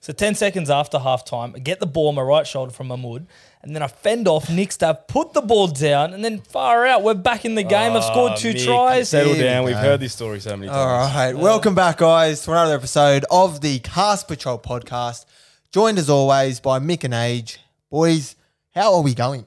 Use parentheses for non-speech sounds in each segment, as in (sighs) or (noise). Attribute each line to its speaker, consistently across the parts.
Speaker 1: So 10 seconds after halftime, I get the ball on my right shoulder from Mahmood, and then I fend off Nickstav, put the ball down, and then far out. We're back in the game. I've scored two
Speaker 2: Ah, Mick,
Speaker 1: tries.
Speaker 2: Settle
Speaker 3: Here we
Speaker 2: down. We've
Speaker 3: go.
Speaker 2: heard this story so many
Speaker 3: All
Speaker 2: times.
Speaker 3: right. Welcome back, guys, to another episode of the Cast Patrol podcast. Joined as always by Mick and Age. Boys, how are we going?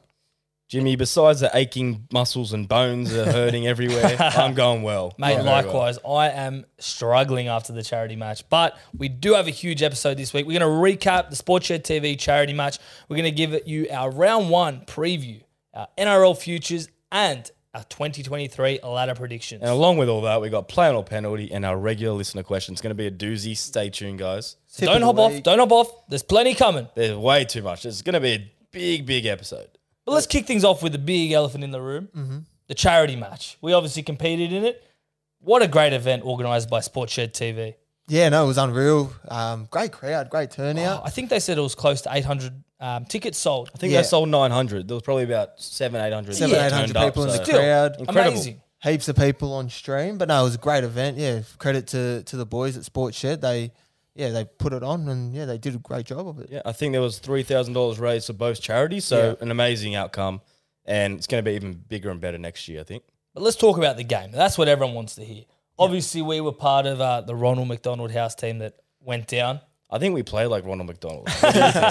Speaker 2: Jimmy, besides the aching muscles and bones that are hurting (laughs) everywhere, I'm going well.
Speaker 1: Mate,
Speaker 2: I'm very well.
Speaker 1: likewise, I am struggling after the charity match, but we do have a huge episode this week. We're going to recap the Sportshed TV charity match. We're going to give you our round one preview, our NRL futures, and our 2023 ladder predictions.
Speaker 2: And along with all that, we got plan or penalty and our regular listener question. It's going to be a doozy. Stay tuned, guys.
Speaker 1: So don't hop off. Don't hop off. There's plenty coming.
Speaker 2: There's way too much. It's going to be a big, big episode.
Speaker 1: But let's kick things off with the big elephant in the room
Speaker 2: Mm-hmm.
Speaker 1: the charity match. We obviously competed in it. What a great event organised by Sportshed TV.
Speaker 3: Yeah, no, it was unreal. Um, great crowd, great turnout.
Speaker 1: Oh, I think they said it was close to 800 um, tickets sold.
Speaker 2: Uh, I think
Speaker 3: Yeah.
Speaker 2: they sold 900. There was probably about seven, 800.
Speaker 3: Seven,
Speaker 2: that
Speaker 3: eight hundred
Speaker 2: turned up,
Speaker 3: people in the
Speaker 2: so-
Speaker 1: Still,
Speaker 3: crowd.
Speaker 2: Incredible.
Speaker 1: Amazing.
Speaker 3: Heaps of people on stream, but no, it was a great event. Yeah, credit to to the boys at Sports Shed. They, yeah, they put it on, and yeah, they did a great job of it.
Speaker 2: Yeah, I think there was three thousand dollars raised for both charities, so an amazing outcome, and it's going to be even bigger and better next year. I think.
Speaker 1: But let's talk about the game. That's what everyone wants to hear. Obviously, we were part of uh, the Ronald McDonald House team that went down.
Speaker 2: I think we play like Ronald
Speaker 3: (laughs)
Speaker 2: McDonald.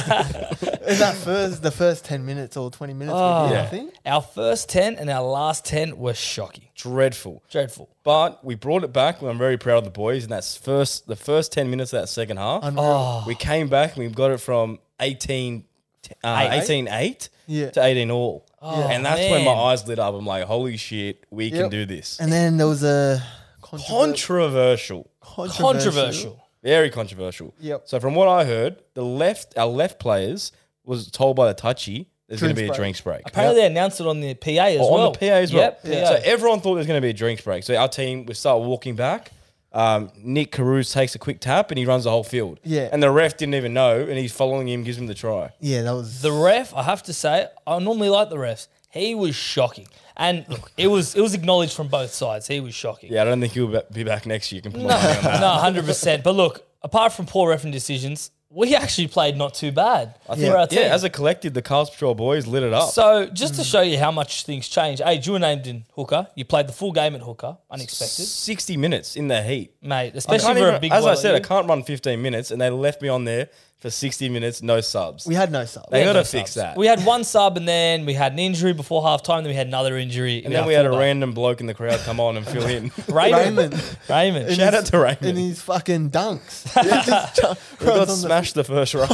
Speaker 3: Is that first the first ten minutes or twenty minutes? we did, I think.
Speaker 1: Our first 10 and our last 10 were shocking.
Speaker 2: Dreadful,
Speaker 1: Dreadful.
Speaker 2: but we brought it back. and I'm very proud of the boys. And that's first the first ten minutes of that second half.
Speaker 1: Oh.
Speaker 2: We came back and we got it from 18, uh,
Speaker 1: Eight. Oh,
Speaker 2: 18 8
Speaker 3: Yeah.
Speaker 2: to eighteen all, and that's when my
Speaker 1: man.
Speaker 2: eyes lit up. I'm like, holy shit, we can
Speaker 3: Yep.
Speaker 2: do this.
Speaker 3: And then there was a controversial.
Speaker 2: Controversial.
Speaker 1: Controversial.
Speaker 2: Very controversial.
Speaker 3: Yep.
Speaker 2: So from what I heard, the left our left players was told by the touchy there's going to
Speaker 3: Drinks
Speaker 2: be a
Speaker 3: break.
Speaker 2: drinks break.
Speaker 1: Apparently, they announced it on the PA as
Speaker 2: Oh,
Speaker 1: well.
Speaker 2: on the PA as well.
Speaker 1: Yep, PA.
Speaker 2: So everyone thought there's going to be a drinks break. So our team we start walking back. Um, Nick Caruso takes a quick tap and he runs the whole field.
Speaker 3: Yeah.
Speaker 2: And the ref didn't even know, and he's following him, gives him the try.
Speaker 3: Yeah, that was
Speaker 1: The ref, I have to say, I normally like the refs. He was shocking, and look, it was it was acknowledged from both sides. He was shocking.
Speaker 2: Yeah, I don't think he'll be- be back next year.
Speaker 1: (laughs)
Speaker 2: Complaining.
Speaker 1: No, hundred percent. But look, apart from poor refereeing decisions, we actually played not too bad. I
Speaker 2: Yeah. yeah, as a collective, the Carls Patrol boys lit it up.
Speaker 1: so just to show you how much things change. Hey, you were named in hooker. You played the full game at hooker, unexpected,
Speaker 2: 60 minutes in the heat.
Speaker 1: mate.
Speaker 2: I
Speaker 1: Especially
Speaker 2: can't
Speaker 1: for
Speaker 2: even,
Speaker 1: a big.
Speaker 2: as I
Speaker 1: bloke
Speaker 2: said, I
Speaker 1: like you.
Speaker 2: can't run 15 minutes, and they left me on there for 60 minutes, no subs.
Speaker 3: we had no sub.
Speaker 2: They
Speaker 1: We had
Speaker 2: gotta
Speaker 1: no
Speaker 2: fix
Speaker 1: subs.
Speaker 2: that.
Speaker 1: We had one sub, and then we had an injury before halftime. Then we had another injury,
Speaker 2: and then we had a random bloke in the crowd come on and fill
Speaker 1: (laughs)
Speaker 2: in.
Speaker 1: Raymond. Raymond.
Speaker 3: Raymond
Speaker 1: Raymond.
Speaker 2: Shout out to
Speaker 3: in
Speaker 2: Raymond.
Speaker 3: his fucking dunks.
Speaker 2: (laughs)
Speaker 3: Yeah, just jump-
Speaker 2: We got
Speaker 3: runs on the-
Speaker 2: smashed the first round.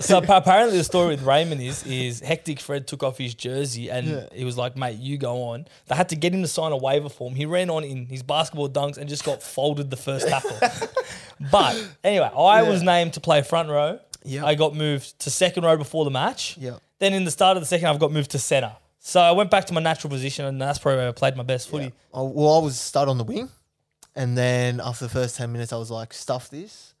Speaker 1: So appa- apparently, the story with Raymond is is hectic. Fred took off his jersey and he was like, "Mate, you go on." They had to get him to sign a waiver form. He ran on in his basketball dunks and just got folded the first
Speaker 3: (laughs)
Speaker 1: tackle. but anyway, I was named to play front row.
Speaker 3: Yep.
Speaker 1: I got moved to second row before the match.
Speaker 3: Yep.
Speaker 1: Then in the start of the second, I've got moved to center. So I went back to my natural position, and that's probably where I played my best footy.
Speaker 3: I, well, I was start on the wing, and then after the first ten minutes, I was like, "Stuff this."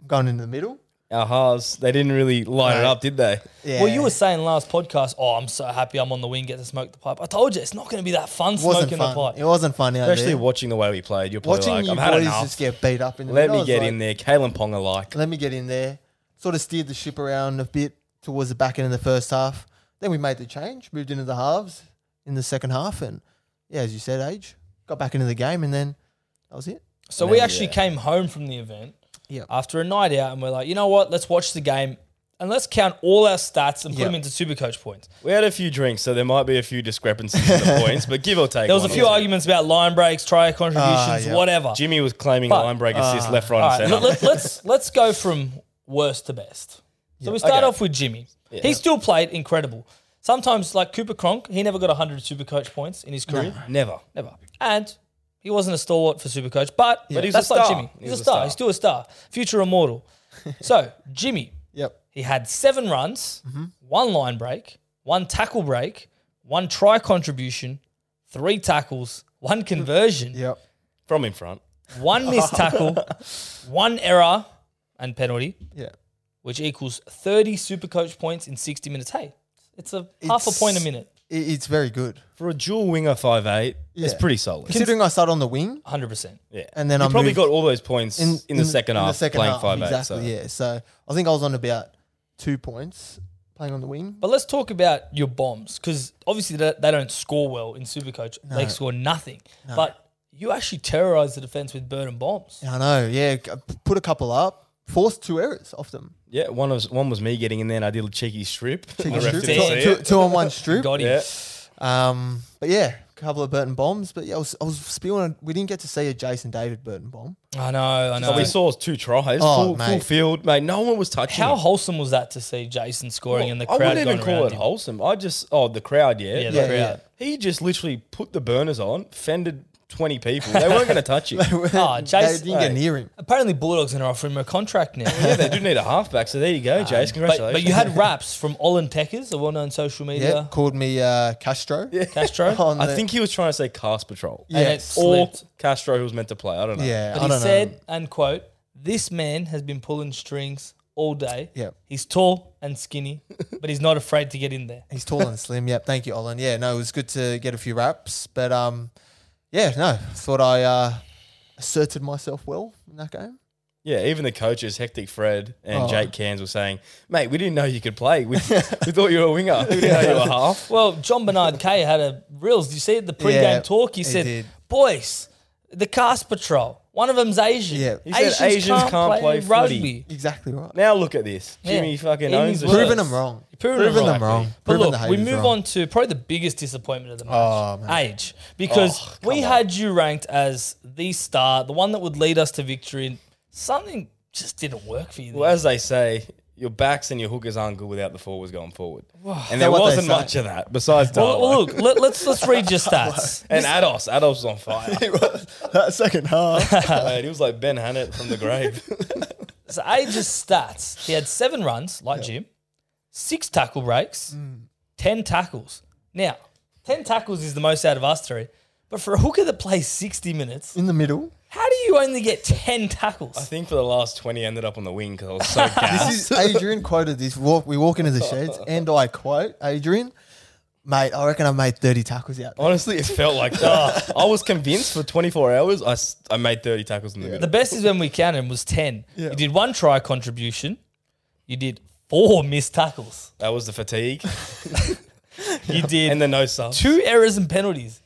Speaker 3: I'm going in the middle.
Speaker 2: Our halves, they didn't really line it
Speaker 3: No.
Speaker 2: up, did they?
Speaker 3: Yeah.
Speaker 1: Well, you were saying last podcast, oh, I'm so happy I'm on the wing, get to smoke the pipe. I told you, it's not going to be that fun
Speaker 3: it wasn't
Speaker 1: smoking the
Speaker 3: fun.
Speaker 1: pipe.
Speaker 3: It wasn't fun out
Speaker 2: Especially
Speaker 3: there.
Speaker 2: watching the way we played, you're probably
Speaker 3: Watching
Speaker 2: like,
Speaker 3: you
Speaker 2: I've had
Speaker 3: boys
Speaker 2: enough.
Speaker 3: just get beat up in the
Speaker 2: Let
Speaker 3: middle, I
Speaker 2: me
Speaker 3: was
Speaker 2: get
Speaker 3: like,
Speaker 2: in there. Kalen Pong alike.
Speaker 3: Let me get in there. Sort of steered the ship around a bit towards the back end of the first half. Then we made the change, moved into the halves in the second half, and yeah, as you said, age got back into the game, and then that was it.
Speaker 1: So
Speaker 2: And
Speaker 1: we
Speaker 2: then,
Speaker 1: actually
Speaker 2: yeah.
Speaker 1: came home from the event
Speaker 3: Yep.
Speaker 1: after a night out, and we're like, you know what? Let's watch the game and let's count all our stats and put
Speaker 3: Yep.
Speaker 1: them into Supercoach points.
Speaker 2: We had a few drinks, so there might be a few discrepancies in
Speaker 3: (laughs)
Speaker 2: the points, but give or take.
Speaker 1: There was a
Speaker 2: one or
Speaker 1: few
Speaker 2: two.
Speaker 1: arguments about line breaks, try contributions,
Speaker 3: Ah, yeah.
Speaker 1: whatever.
Speaker 2: Jimmy was claiming
Speaker 1: But-
Speaker 2: line
Speaker 3: uh,
Speaker 2: break assist left,
Speaker 1: All
Speaker 2: right,
Speaker 1: right,
Speaker 2: and
Speaker 1: let,
Speaker 2: centre.
Speaker 1: let, let's let's go from worst to best. So we start
Speaker 2: Okay.
Speaker 1: off with Jimmy. He still played incredible. Sometimes, like Cooper Cronk, he never got 100 Supercoach points in his career.
Speaker 2: Never.
Speaker 1: Never. And he wasn't a stalwart for Supercoach, but
Speaker 2: he's
Speaker 1: that's
Speaker 2: a
Speaker 1: like
Speaker 2: star.
Speaker 1: Jimmy. He's, a, star. He's still a star. Future immortal. so, Jimmy,
Speaker 3: Yep.
Speaker 1: he had seven runs,
Speaker 3: Mm-hmm.
Speaker 1: one line break, one tackle break, one try contribution, three tackles, one conversion,
Speaker 3: Yep.
Speaker 2: From in front.
Speaker 3: (laughs)
Speaker 1: one missed tackle, one error and penalty,
Speaker 3: Yeah.
Speaker 1: which equals 30 Supercoach points in 60 minutes. Hey, it's a half a point a
Speaker 3: It's-
Speaker 1: minute.
Speaker 3: it, it's very good.
Speaker 2: For a dual winger, five eight, it's
Speaker 3: Yeah.
Speaker 2: pretty solid.
Speaker 3: Considering I started on the wing,
Speaker 1: Hundred percent.
Speaker 2: yeah,
Speaker 3: and then
Speaker 2: you
Speaker 3: I
Speaker 2: probably
Speaker 3: moved-
Speaker 2: got all those points in, the second
Speaker 3: in the
Speaker 2: half playing
Speaker 3: half,
Speaker 2: five
Speaker 3: exactly.
Speaker 2: eight. So.
Speaker 3: Yeah. So I think I was on about two points playing on the wing.
Speaker 1: But let's talk about your bombs because obviously they, they don't score well in Supercoach. They score nothing. But you actually terrorise the defense with Burton bombs.
Speaker 3: I know. Yeah, g- put a couple up, forced two errors off them.
Speaker 2: Yeah, one was one was me getting in there, and I did a cheeky strip.
Speaker 3: Cheeky
Speaker 2: The ref
Speaker 3: stroop.
Speaker 2: didn't
Speaker 1: Damn.
Speaker 2: see
Speaker 3: Two,
Speaker 2: it.
Speaker 3: two, two on one stroop.
Speaker 1: Got him.
Speaker 2: Yeah.
Speaker 3: Um, but yeah, a couple of Burton bombs. But yeah, I was, I was spewing. We didn't get to see a Jason David Burton bomb.
Speaker 1: I know. I know.
Speaker 2: But we saw two tries,
Speaker 3: Oh,
Speaker 2: full, full
Speaker 3: mate.
Speaker 2: field, mate. No one was touching.
Speaker 1: How
Speaker 2: him.
Speaker 1: wholesome was that to see Jason scoring and the crowd?
Speaker 2: I wouldn't even
Speaker 1: going
Speaker 2: call
Speaker 1: around
Speaker 2: it
Speaker 1: him?
Speaker 2: wholesome. I just oh the crowd, yeah,
Speaker 1: Yeah, the
Speaker 2: Like,
Speaker 3: Yeah, yeah.
Speaker 1: crowd.
Speaker 2: He just literally put the burners on, fended twenty people. They weren't going to touch him.
Speaker 1: (laughs) Ah,
Speaker 3: they
Speaker 1: Jason-
Speaker 3: didn't
Speaker 2: hey.
Speaker 3: get near him.
Speaker 1: Apparently, Bulldogs are going to offer him a contract now.
Speaker 2: yeah, they do need a halfback. So there you go,
Speaker 1: (laughs)
Speaker 2: Jace.
Speaker 1: But,
Speaker 2: Congratulations.
Speaker 1: but you had raps from Olin Peckers, a well-known social
Speaker 3: Yeah,
Speaker 1: media
Speaker 3: called me uh, Castro. Yeah,
Speaker 1: Castro.
Speaker 3: on
Speaker 2: I
Speaker 3: the-
Speaker 2: think he was trying to say Cast Patrol.
Speaker 3: Yeah.
Speaker 1: and it
Speaker 3: Yes.
Speaker 2: Or
Speaker 1: slipped.
Speaker 2: Castro, who was meant to play. I don't know.
Speaker 3: Yeah,
Speaker 1: But
Speaker 3: I
Speaker 1: he
Speaker 3: don't
Speaker 1: said,
Speaker 3: know.
Speaker 1: and quote, this man has been pulling strings all day.
Speaker 3: Yeah.
Speaker 1: He's tall and skinny, but he's not afraid to get in there.
Speaker 3: He's tall and slim. Yep. Thank you, Olin. Yeah, no, it was good to get a few raps. But um, yeah, no, thought I uh, asserted myself well in that game.
Speaker 2: Yeah, even the coaches, Hectic Fred and
Speaker 3: Oh.
Speaker 2: Jake Cairns, were saying, mate, we didn't know you could play. We, we thought you were a winger. We didn't know you were a half.
Speaker 1: Well, John
Speaker 3: (laughs)
Speaker 1: Bernard Kay had a reels. You see it, the pre-game
Speaker 3: Yeah,
Speaker 1: talk. He,
Speaker 3: he
Speaker 1: said,
Speaker 3: did.
Speaker 1: boys, the cast patrol, one of them's Asian.
Speaker 3: Yeah. He
Speaker 2: said Asians can't play footy.
Speaker 1: rugby.
Speaker 3: Exactly right.
Speaker 2: Now look at this.
Speaker 1: Yeah.
Speaker 2: Jimmy fucking
Speaker 1: In
Speaker 2: owns
Speaker 1: his
Speaker 2: the
Speaker 1: words.
Speaker 3: Proving them wrong.
Speaker 1: Proving them wrong. But
Speaker 3: Proving the
Speaker 1: look, we
Speaker 3: haters
Speaker 1: move
Speaker 3: wrong.
Speaker 1: on to probably the biggest disappointment of the
Speaker 3: Oh,
Speaker 1: match,
Speaker 3: man.
Speaker 1: age, because
Speaker 2: Oh, come
Speaker 1: we
Speaker 2: on.
Speaker 1: had you ranked as the star, the one that would lead us to victory, and something just didn't work for you. there.
Speaker 2: Well, as they say, your backs and your hookers aren't good without the forwards going forward. And there
Speaker 3: that what they
Speaker 2: wasn't
Speaker 3: say?
Speaker 2: much of that besides
Speaker 1: Well,
Speaker 2: Darlow.
Speaker 1: well, look, let, let's let's read your stats.
Speaker 2: (laughs) and Ados. Ados was on
Speaker 3: (laughs)
Speaker 2: fire.
Speaker 3: that second half.
Speaker 2: (laughs) Mate, he was like Ben Hannett from the grave.
Speaker 3: (laughs)
Speaker 1: So Age's stats: he had seven runs, like Jim, six tackle breaks, ten tackles. Now, ten tackles is the most out of us three. But for a hooker that plays sixty minutes,
Speaker 3: in the middle.
Speaker 1: how do you only get ten
Speaker 2: I
Speaker 1: tackles?
Speaker 2: think for the last 20 ended up on the wing because I was
Speaker 3: (laughs)
Speaker 2: so gassed.
Speaker 3: This is Adrian quoted this. Walk, we walk into the sheds, and I quote Adrian, mate. I reckon I made thirty tackles out. there."
Speaker 2: Honestly, it felt like that.
Speaker 3: Oh.
Speaker 2: I was convinced for 24 hours I, s- I made 30 tackles in the
Speaker 1: The
Speaker 2: middle.
Speaker 1: best is when we counted him was ten.
Speaker 3: Yeah.
Speaker 1: You did one try contribution. You did four missed tackles.
Speaker 2: That was the fatigue
Speaker 3: (laughs)
Speaker 1: You did
Speaker 2: and the no subs.
Speaker 1: two errors and penalties.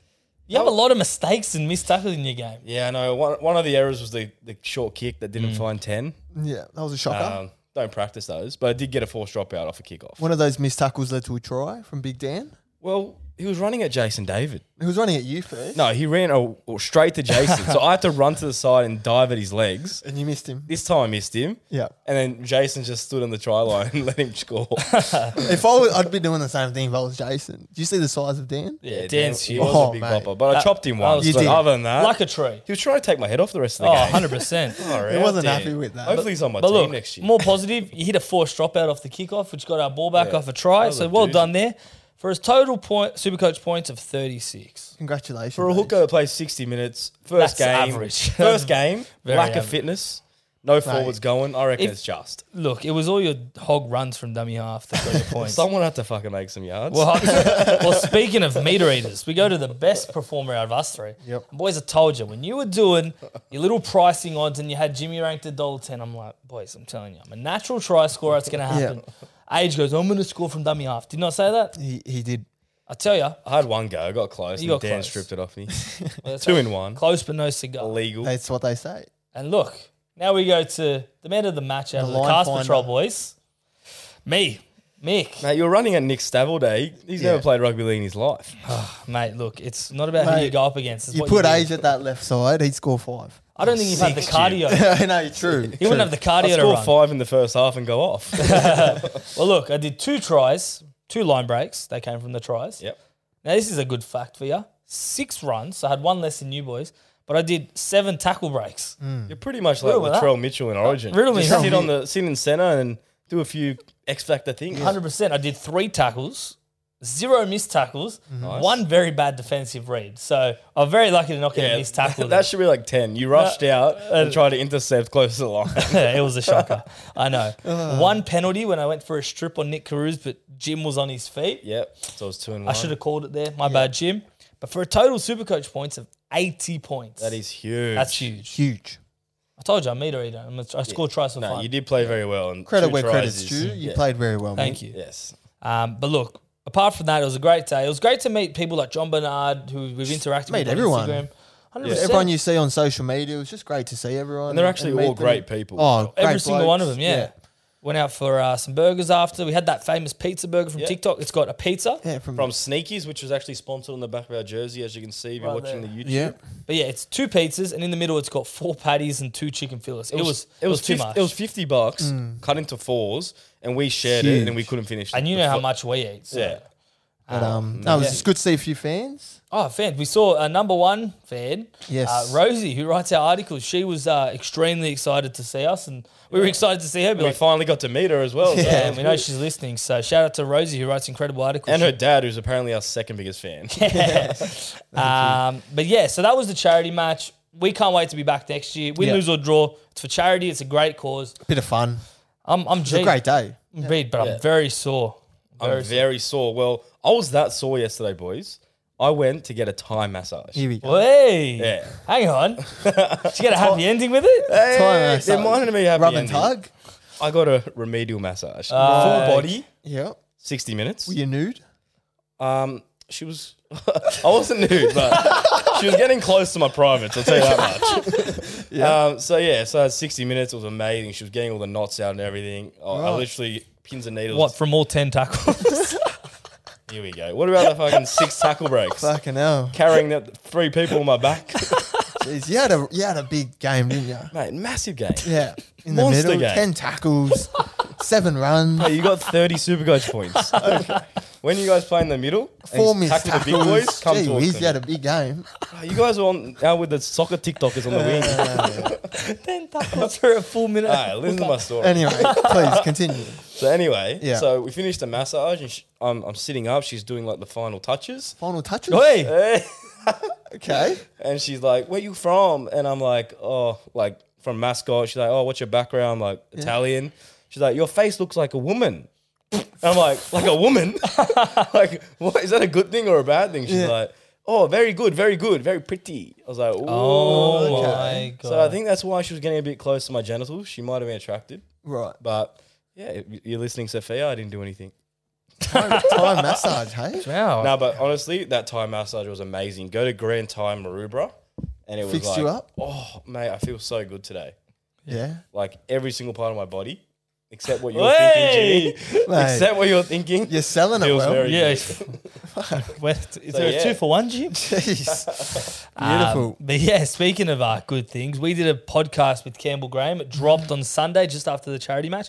Speaker 1: You have a lot of mistakes and missed tackles in your game.
Speaker 2: Yeah, I know. One, one of the errors was the, the short kick that
Speaker 3: Mm.
Speaker 2: didn't find 10.
Speaker 3: Yeah, that was a shocker.
Speaker 2: Um, don't practice those, but I did get a forced dropout off a kickoff.
Speaker 3: One of those missed tackles led to a try from Big Dan,
Speaker 2: Well, he was running at Jason David.
Speaker 3: who was running at you first,
Speaker 2: No, he ran oh, oh, straight to Jason. so I had to run to the side and dive at his legs.
Speaker 3: and you missed him.
Speaker 2: This time I missed him.
Speaker 3: Yeah.
Speaker 2: And then Jason just stood on the try line and (laughs) let him score.
Speaker 3: If I was, I'd be doing the same thing if I was Jason. Do you see the size of Dan?
Speaker 2: Yeah,
Speaker 1: Dan's
Speaker 2: he
Speaker 1: huge.
Speaker 2: was
Speaker 3: Oh,
Speaker 2: a big
Speaker 3: mate.
Speaker 2: bopper, but I
Speaker 1: That-
Speaker 2: chopped him
Speaker 1: that
Speaker 2: once.
Speaker 1: was
Speaker 2: But
Speaker 3: good.
Speaker 2: other than that,
Speaker 1: Like a tree.
Speaker 2: he was trying to take my head off the rest of the
Speaker 1: Oh,
Speaker 2: game.
Speaker 1: 100%.
Speaker 2: Far
Speaker 3: He
Speaker 2: out,
Speaker 3: wasn't
Speaker 2: Dan.
Speaker 3: happy with that.
Speaker 2: Hopefully, he's on my
Speaker 1: But
Speaker 2: team
Speaker 1: look,
Speaker 2: next year.
Speaker 1: more positive. He hit a forced dropout off the kickoff, which got our ball back
Speaker 2: Yeah.
Speaker 1: off a try.
Speaker 2: was
Speaker 1: So
Speaker 2: a
Speaker 1: well
Speaker 2: doozy.
Speaker 1: done there. For his total point, Supercoach points of 36.
Speaker 3: Congratulations.
Speaker 2: For a
Speaker 3: mate.
Speaker 2: hooker that plays 60 minutes, first
Speaker 1: That's
Speaker 2: game,
Speaker 1: average.
Speaker 2: first game,
Speaker 1: Very
Speaker 2: lack
Speaker 1: average.
Speaker 2: of fitness, no forwards going. I reckon
Speaker 1: If-
Speaker 2: it's just
Speaker 1: Look, it was all your hog runs from dummy half that
Speaker 2: (laughs)
Speaker 1: got your points.
Speaker 2: someone had to fucking make some yards.
Speaker 1: well, (laughs) I- well, speaking of meter eaters, we go to the best performer out of us three.
Speaker 3: Yep.
Speaker 1: Boys, I told you, when you were doing your little pricing odds and you had Jimmy ranked at $1.10, I'm like, boys, I'm telling you, I'm a natural try scorer. It's going to happen. Age goes, I'm going to score from dummy half. Did not say that?
Speaker 3: he, he did.
Speaker 1: I tell you,
Speaker 2: I had one go, I got close,
Speaker 1: You
Speaker 2: and
Speaker 1: got
Speaker 2: Dan
Speaker 1: close.
Speaker 2: stripped it off me.
Speaker 1: (laughs) that's
Speaker 2: (laughs) Two
Speaker 1: right.
Speaker 2: in one,
Speaker 1: close but no cigar.
Speaker 2: illegal.
Speaker 3: That's what they say.
Speaker 1: And look, now we go to the man of the match out
Speaker 3: The
Speaker 1: of the
Speaker 3: line
Speaker 1: Cast
Speaker 3: finder.
Speaker 1: Patrol boys. Me, Mick.
Speaker 2: Mate, you're running at Nick Stavelday. He's never
Speaker 3: Yeah.
Speaker 2: played rugby league in his life.
Speaker 1: Mate, look, it's not about who
Speaker 3: Mate,
Speaker 1: you go up against. It's
Speaker 3: You
Speaker 1: what
Speaker 3: put
Speaker 1: do.
Speaker 3: age at that left side, he'd score five. (laughs)
Speaker 1: I don't think you've had the cardio. (laughs) He
Speaker 3: I know, true. He
Speaker 1: wouldn't have the
Speaker 2: I
Speaker 1: cardio to
Speaker 2: score
Speaker 1: run.
Speaker 2: five in the first half and go
Speaker 1: (laughs)
Speaker 2: off.
Speaker 1: Well, look, I did two tries, two line breaks. They came from the tries.
Speaker 2: yep.
Speaker 1: Now, this is a good fact for you. Six runs. So I had one less than you boys, but I did seven tackle breaks.
Speaker 3: Mm.
Speaker 2: You're pretty much like
Speaker 1: Riddle with that.
Speaker 2: Latrell Mitchell in Origin.
Speaker 1: riddle me
Speaker 2: Just
Speaker 1: that.
Speaker 2: sit on the sit in centre and do a few X Factor things.
Speaker 1: Hundred percent. I did three tackles, zero missed tackles,
Speaker 3: Mm-hmm.
Speaker 2: Nice.
Speaker 1: one very bad defensive read. So I'm very lucky to not get a missed
Speaker 2: (laughs)
Speaker 3: (laughs)
Speaker 1: tackle.
Speaker 2: That should be like 10. You rushed out and tried to intercept close to the line. (laughs)
Speaker 1: (laughs) it was a shocker. I know. One penalty when I went for a strip on Nick Carews, but Jim was on his feet.
Speaker 2: yep. So it was two and
Speaker 1: I
Speaker 2: one.
Speaker 1: should have called it there. My bad, Jim. But for a total Supercoach points of 80 points.
Speaker 2: That is huge.
Speaker 1: That's huge.
Speaker 3: Huge.
Speaker 1: I told you I'm meter eater. I'm a, I score tries for
Speaker 2: No,
Speaker 1: fun.
Speaker 2: you did play very well. And
Speaker 3: Credit
Speaker 2: two
Speaker 3: where
Speaker 2: tries
Speaker 3: credit's
Speaker 2: is-
Speaker 3: due. You
Speaker 2: yeah.
Speaker 3: played very well, mate.
Speaker 1: Thank you.
Speaker 2: Yes.
Speaker 1: Um, but look, apart from that, it was a great day. It was great to meet people like John Bernard, who we've interacted
Speaker 3: Meet
Speaker 1: with on
Speaker 3: everyone.
Speaker 1: Instagram. 100%.
Speaker 3: Everyone you see on social media, it was just great to see everyone.
Speaker 2: And they're actually
Speaker 3: meet
Speaker 2: all
Speaker 3: them.
Speaker 2: great people.
Speaker 3: Oh,
Speaker 1: Every
Speaker 3: great
Speaker 1: single one of
Speaker 3: blokes.
Speaker 1: them, yeah. Went out for uh, some burgers after. We had that famous pizza burger from
Speaker 2: Yeah.
Speaker 1: TikTok. It's got a pizza.
Speaker 3: Yeah, from,
Speaker 2: From Sneakies, which was actually sponsored on the back of our jersey, as you can see if you're
Speaker 1: Right
Speaker 2: watching
Speaker 1: there.
Speaker 2: the YouTube.
Speaker 3: yeah.
Speaker 1: But yeah, it's two pizzas, and in the middle, it's got four patties and two chicken fillets. It was, it was,
Speaker 2: it was
Speaker 1: too
Speaker 2: 50,
Speaker 1: much.
Speaker 2: It was fifty bucks
Speaker 3: Hmm.
Speaker 2: cut into fours, and we shared it, and then we couldn't finish.
Speaker 1: and you
Speaker 2: the
Speaker 1: know how
Speaker 2: fl-
Speaker 1: much we eat. So.
Speaker 2: Yeah.
Speaker 3: But um, no, it was
Speaker 1: yeah.
Speaker 3: just good to see a few fans.
Speaker 1: Oh, fan. We saw a number one fan,
Speaker 3: Yes.
Speaker 1: uh, Rosie, who writes our articles. She was uh, extremely excited to see us, and we were excited to see her. Be
Speaker 2: And we (laughs)
Speaker 1: like,
Speaker 2: finally got to meet her as well.
Speaker 1: yeah,
Speaker 2: so that
Speaker 1: and
Speaker 2: was
Speaker 1: we know
Speaker 2: good.
Speaker 1: she's listening. So shout out to Rosie, who writes incredible articles.
Speaker 2: and her dad, who's apparently our second
Speaker 1: (laughs)
Speaker 2: biggest fan.
Speaker 1: um, but yeah, so that was the charity match. We can't wait to be back next year. We
Speaker 3: Yeah.
Speaker 1: lose or draw. It's for charity. It's a great cause.
Speaker 3: Bit of fun.
Speaker 1: I'm, I'm
Speaker 3: It was a great day.
Speaker 1: Indeed, but
Speaker 2: Yeah.
Speaker 1: I'm very sore.
Speaker 2: I'm very sore. Well, I was that sore yesterday, boys. I went to get a Thai massage.
Speaker 3: Here we go.
Speaker 1: Hey,
Speaker 2: Yeah.
Speaker 1: hang
Speaker 2: (laughs)
Speaker 1: on. Did you get a happy ending with it?
Speaker 2: Hey,
Speaker 3: Thai
Speaker 2: it
Speaker 3: massage.
Speaker 2: reminded me of happy
Speaker 3: Rub and
Speaker 2: ending.
Speaker 3: tug.
Speaker 2: I got a remedial massage,
Speaker 1: Uh,
Speaker 2: full body,
Speaker 3: Yeah.
Speaker 2: sixty minutes.
Speaker 3: Were you nude?
Speaker 2: Um, she was. (laughs) I wasn't nude, but she was getting close to my privates. I'll tell you that much.
Speaker 3: (laughs)
Speaker 2: Um, so yeah, so I had sixty minutes. It was amazing. She was getting all the knots out and everything. I, I literally pins and needles.
Speaker 1: What from all ten tackles?
Speaker 2: Here we go. What about the fucking six tackle breaks?
Speaker 3: Fucking hell.
Speaker 2: Carrying that three people on my
Speaker 3: (laughs)
Speaker 2: back,
Speaker 3: Jeez, you, had a, you had a big game, didn't you?
Speaker 2: mate. Massive game.
Speaker 3: Yeah. In the
Speaker 2: Monster
Speaker 3: middle.
Speaker 2: game.
Speaker 3: 10 tackles, seven runs.
Speaker 2: Hey, you got thirty super coach
Speaker 3: (laughs)
Speaker 2: points. When you guys play in the middle, and
Speaker 3: Four
Speaker 2: you
Speaker 3: missed
Speaker 2: tackle
Speaker 3: tackles.
Speaker 2: the big boys. Come
Speaker 3: Gee
Speaker 2: talk
Speaker 3: whiz,
Speaker 2: to
Speaker 3: you had a big game.
Speaker 2: me. You guys are on now with the soccer TikTokers on the
Speaker 3: (laughs)
Speaker 2: wing.
Speaker 1: (laughs) ten tackles for a full minute.
Speaker 2: All right, listen to my story.
Speaker 3: Anyway, please continue.
Speaker 2: So anyway,
Speaker 3: Yeah.
Speaker 2: so we finished the massage and sh I'm, I'm sitting up. She's doing like the final touches.
Speaker 3: Final touches.
Speaker 1: Hey,
Speaker 2: Eh,
Speaker 3: Okay.
Speaker 2: (laughs) and she's like, where you from? And I'm like, oh, like from mascot. She's like, oh, what's your background? I'm like, Italian. She's like, your face looks like a woman. And I'm like, like a woman? (laughs) like, what, is that a good thing or a bad thing? She's
Speaker 3: Yeah.
Speaker 2: like, oh, very good, very good, very pretty. I was like,
Speaker 1: Oh
Speaker 2: oh,
Speaker 1: my God.
Speaker 2: So I think that's why she was getting a bit close to my genitals. She might have been attracted. (laughs)
Speaker 3: Right.
Speaker 2: But yeah, you're listening, Sophia. I didn't do anything.
Speaker 3: Time massage, hey?
Speaker 1: wow. (laughs)
Speaker 2: No, but honestly, that Thai massage was amazing. Go to Grand Thai Maroubra, and it was
Speaker 3: Fixed
Speaker 2: like,
Speaker 3: you up?
Speaker 2: oh mate, I feel so good today.
Speaker 3: Yeah.
Speaker 2: Like every single part of my body, except what you were
Speaker 1: Hey!
Speaker 2: thinking,
Speaker 3: (laughs)
Speaker 2: Jimmy.
Speaker 3: Mate.
Speaker 2: Except what you were thinking.
Speaker 3: You're selling it
Speaker 2: Feels
Speaker 3: well.
Speaker 2: very-
Speaker 1: Yeah. Well, it's- is there
Speaker 2: yeah.
Speaker 1: a two for one, Jim?
Speaker 2: (laughs)
Speaker 3: Jeez.
Speaker 1: Um,
Speaker 3: Beautiful.
Speaker 1: but yeah, speaking of uh, good things, we did a podcast with Campbell Graham. It dropped on Sunday just after the charity match.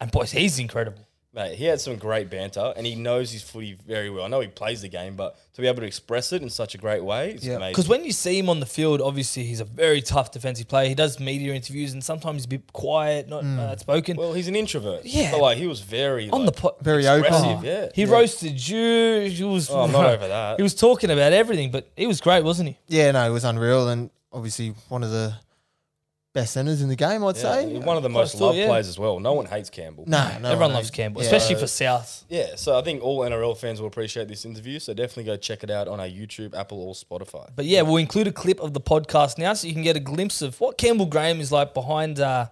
Speaker 1: And boys, he's incredible.
Speaker 2: (laughs) Mate, he had some great banter, and he knows his footy very well. I know he plays the game, but to be able to express it in such a great way, is
Speaker 3: Yeah.
Speaker 2: amazing.
Speaker 1: Because when you see him on the field, obviously he's a very tough defensive player. He does media interviews and sometimes he's a bit quiet, not outspoken.
Speaker 2: Mm. Well, he's an introvert.
Speaker 1: Yeah.
Speaker 2: but like he was very
Speaker 1: on the
Speaker 2: like,
Speaker 1: po-
Speaker 3: Very
Speaker 2: expressive.
Speaker 3: open.
Speaker 2: Yeah,
Speaker 1: he roasted you. He was
Speaker 2: Oh, I'm not over
Speaker 1: (laughs)
Speaker 2: that.
Speaker 1: He was talking about everything, but he was great, wasn't he?
Speaker 3: Yeah, no, it was unreal and obviously one of the best centers in the game, I'd
Speaker 2: Yeah,
Speaker 3: say.
Speaker 2: one of the most
Speaker 1: still,
Speaker 2: loved
Speaker 1: yeah.
Speaker 2: players as well. No one hates Campbell.
Speaker 3: No, no.
Speaker 1: Everyone
Speaker 3: one
Speaker 1: loves
Speaker 3: knows.
Speaker 1: Campbell,
Speaker 3: Yeah.
Speaker 1: especially for South.
Speaker 2: Yeah, so I think all NRL fans will appreciate this interview. So definitely go check it out on our YouTube, Apple, or Spotify.
Speaker 1: But yeah, we'll include a clip of the podcast now, so you can get a glimpse of what Campbell Graham is like behind uh,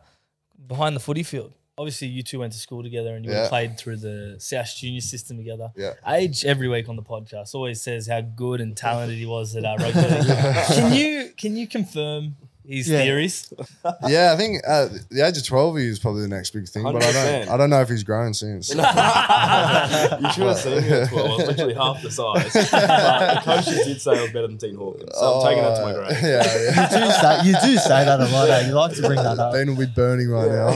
Speaker 1: behind the footy field. Obviously, you two went to school together, and you all
Speaker 4: Yeah.
Speaker 1: played through the South Junior system together.
Speaker 4: Yeah.
Speaker 1: Age every week on the podcast always says how good and talented he was at uh,
Speaker 2: (laughs)
Speaker 1: rugby. league. Can you can you confirm his
Speaker 3: Yeah.
Speaker 1: theories?
Speaker 4: Yeah, I think uh, the age of twelve he was probably the next big thing, but I
Speaker 2: 100%.
Speaker 4: don't I don't know if he's grown since.
Speaker 2: you should have seen me at 12. I was literally half the (laughs) size. But the coaches did say I was better than Dean Hawkins. So I'm taking that to my grave.
Speaker 4: Oh, yeah,
Speaker 3: You do say, you do say that a lot, eh? You like to bring that
Speaker 2: (laughs)
Speaker 4: yeah.
Speaker 3: up.
Speaker 4: Dean will be burning right now.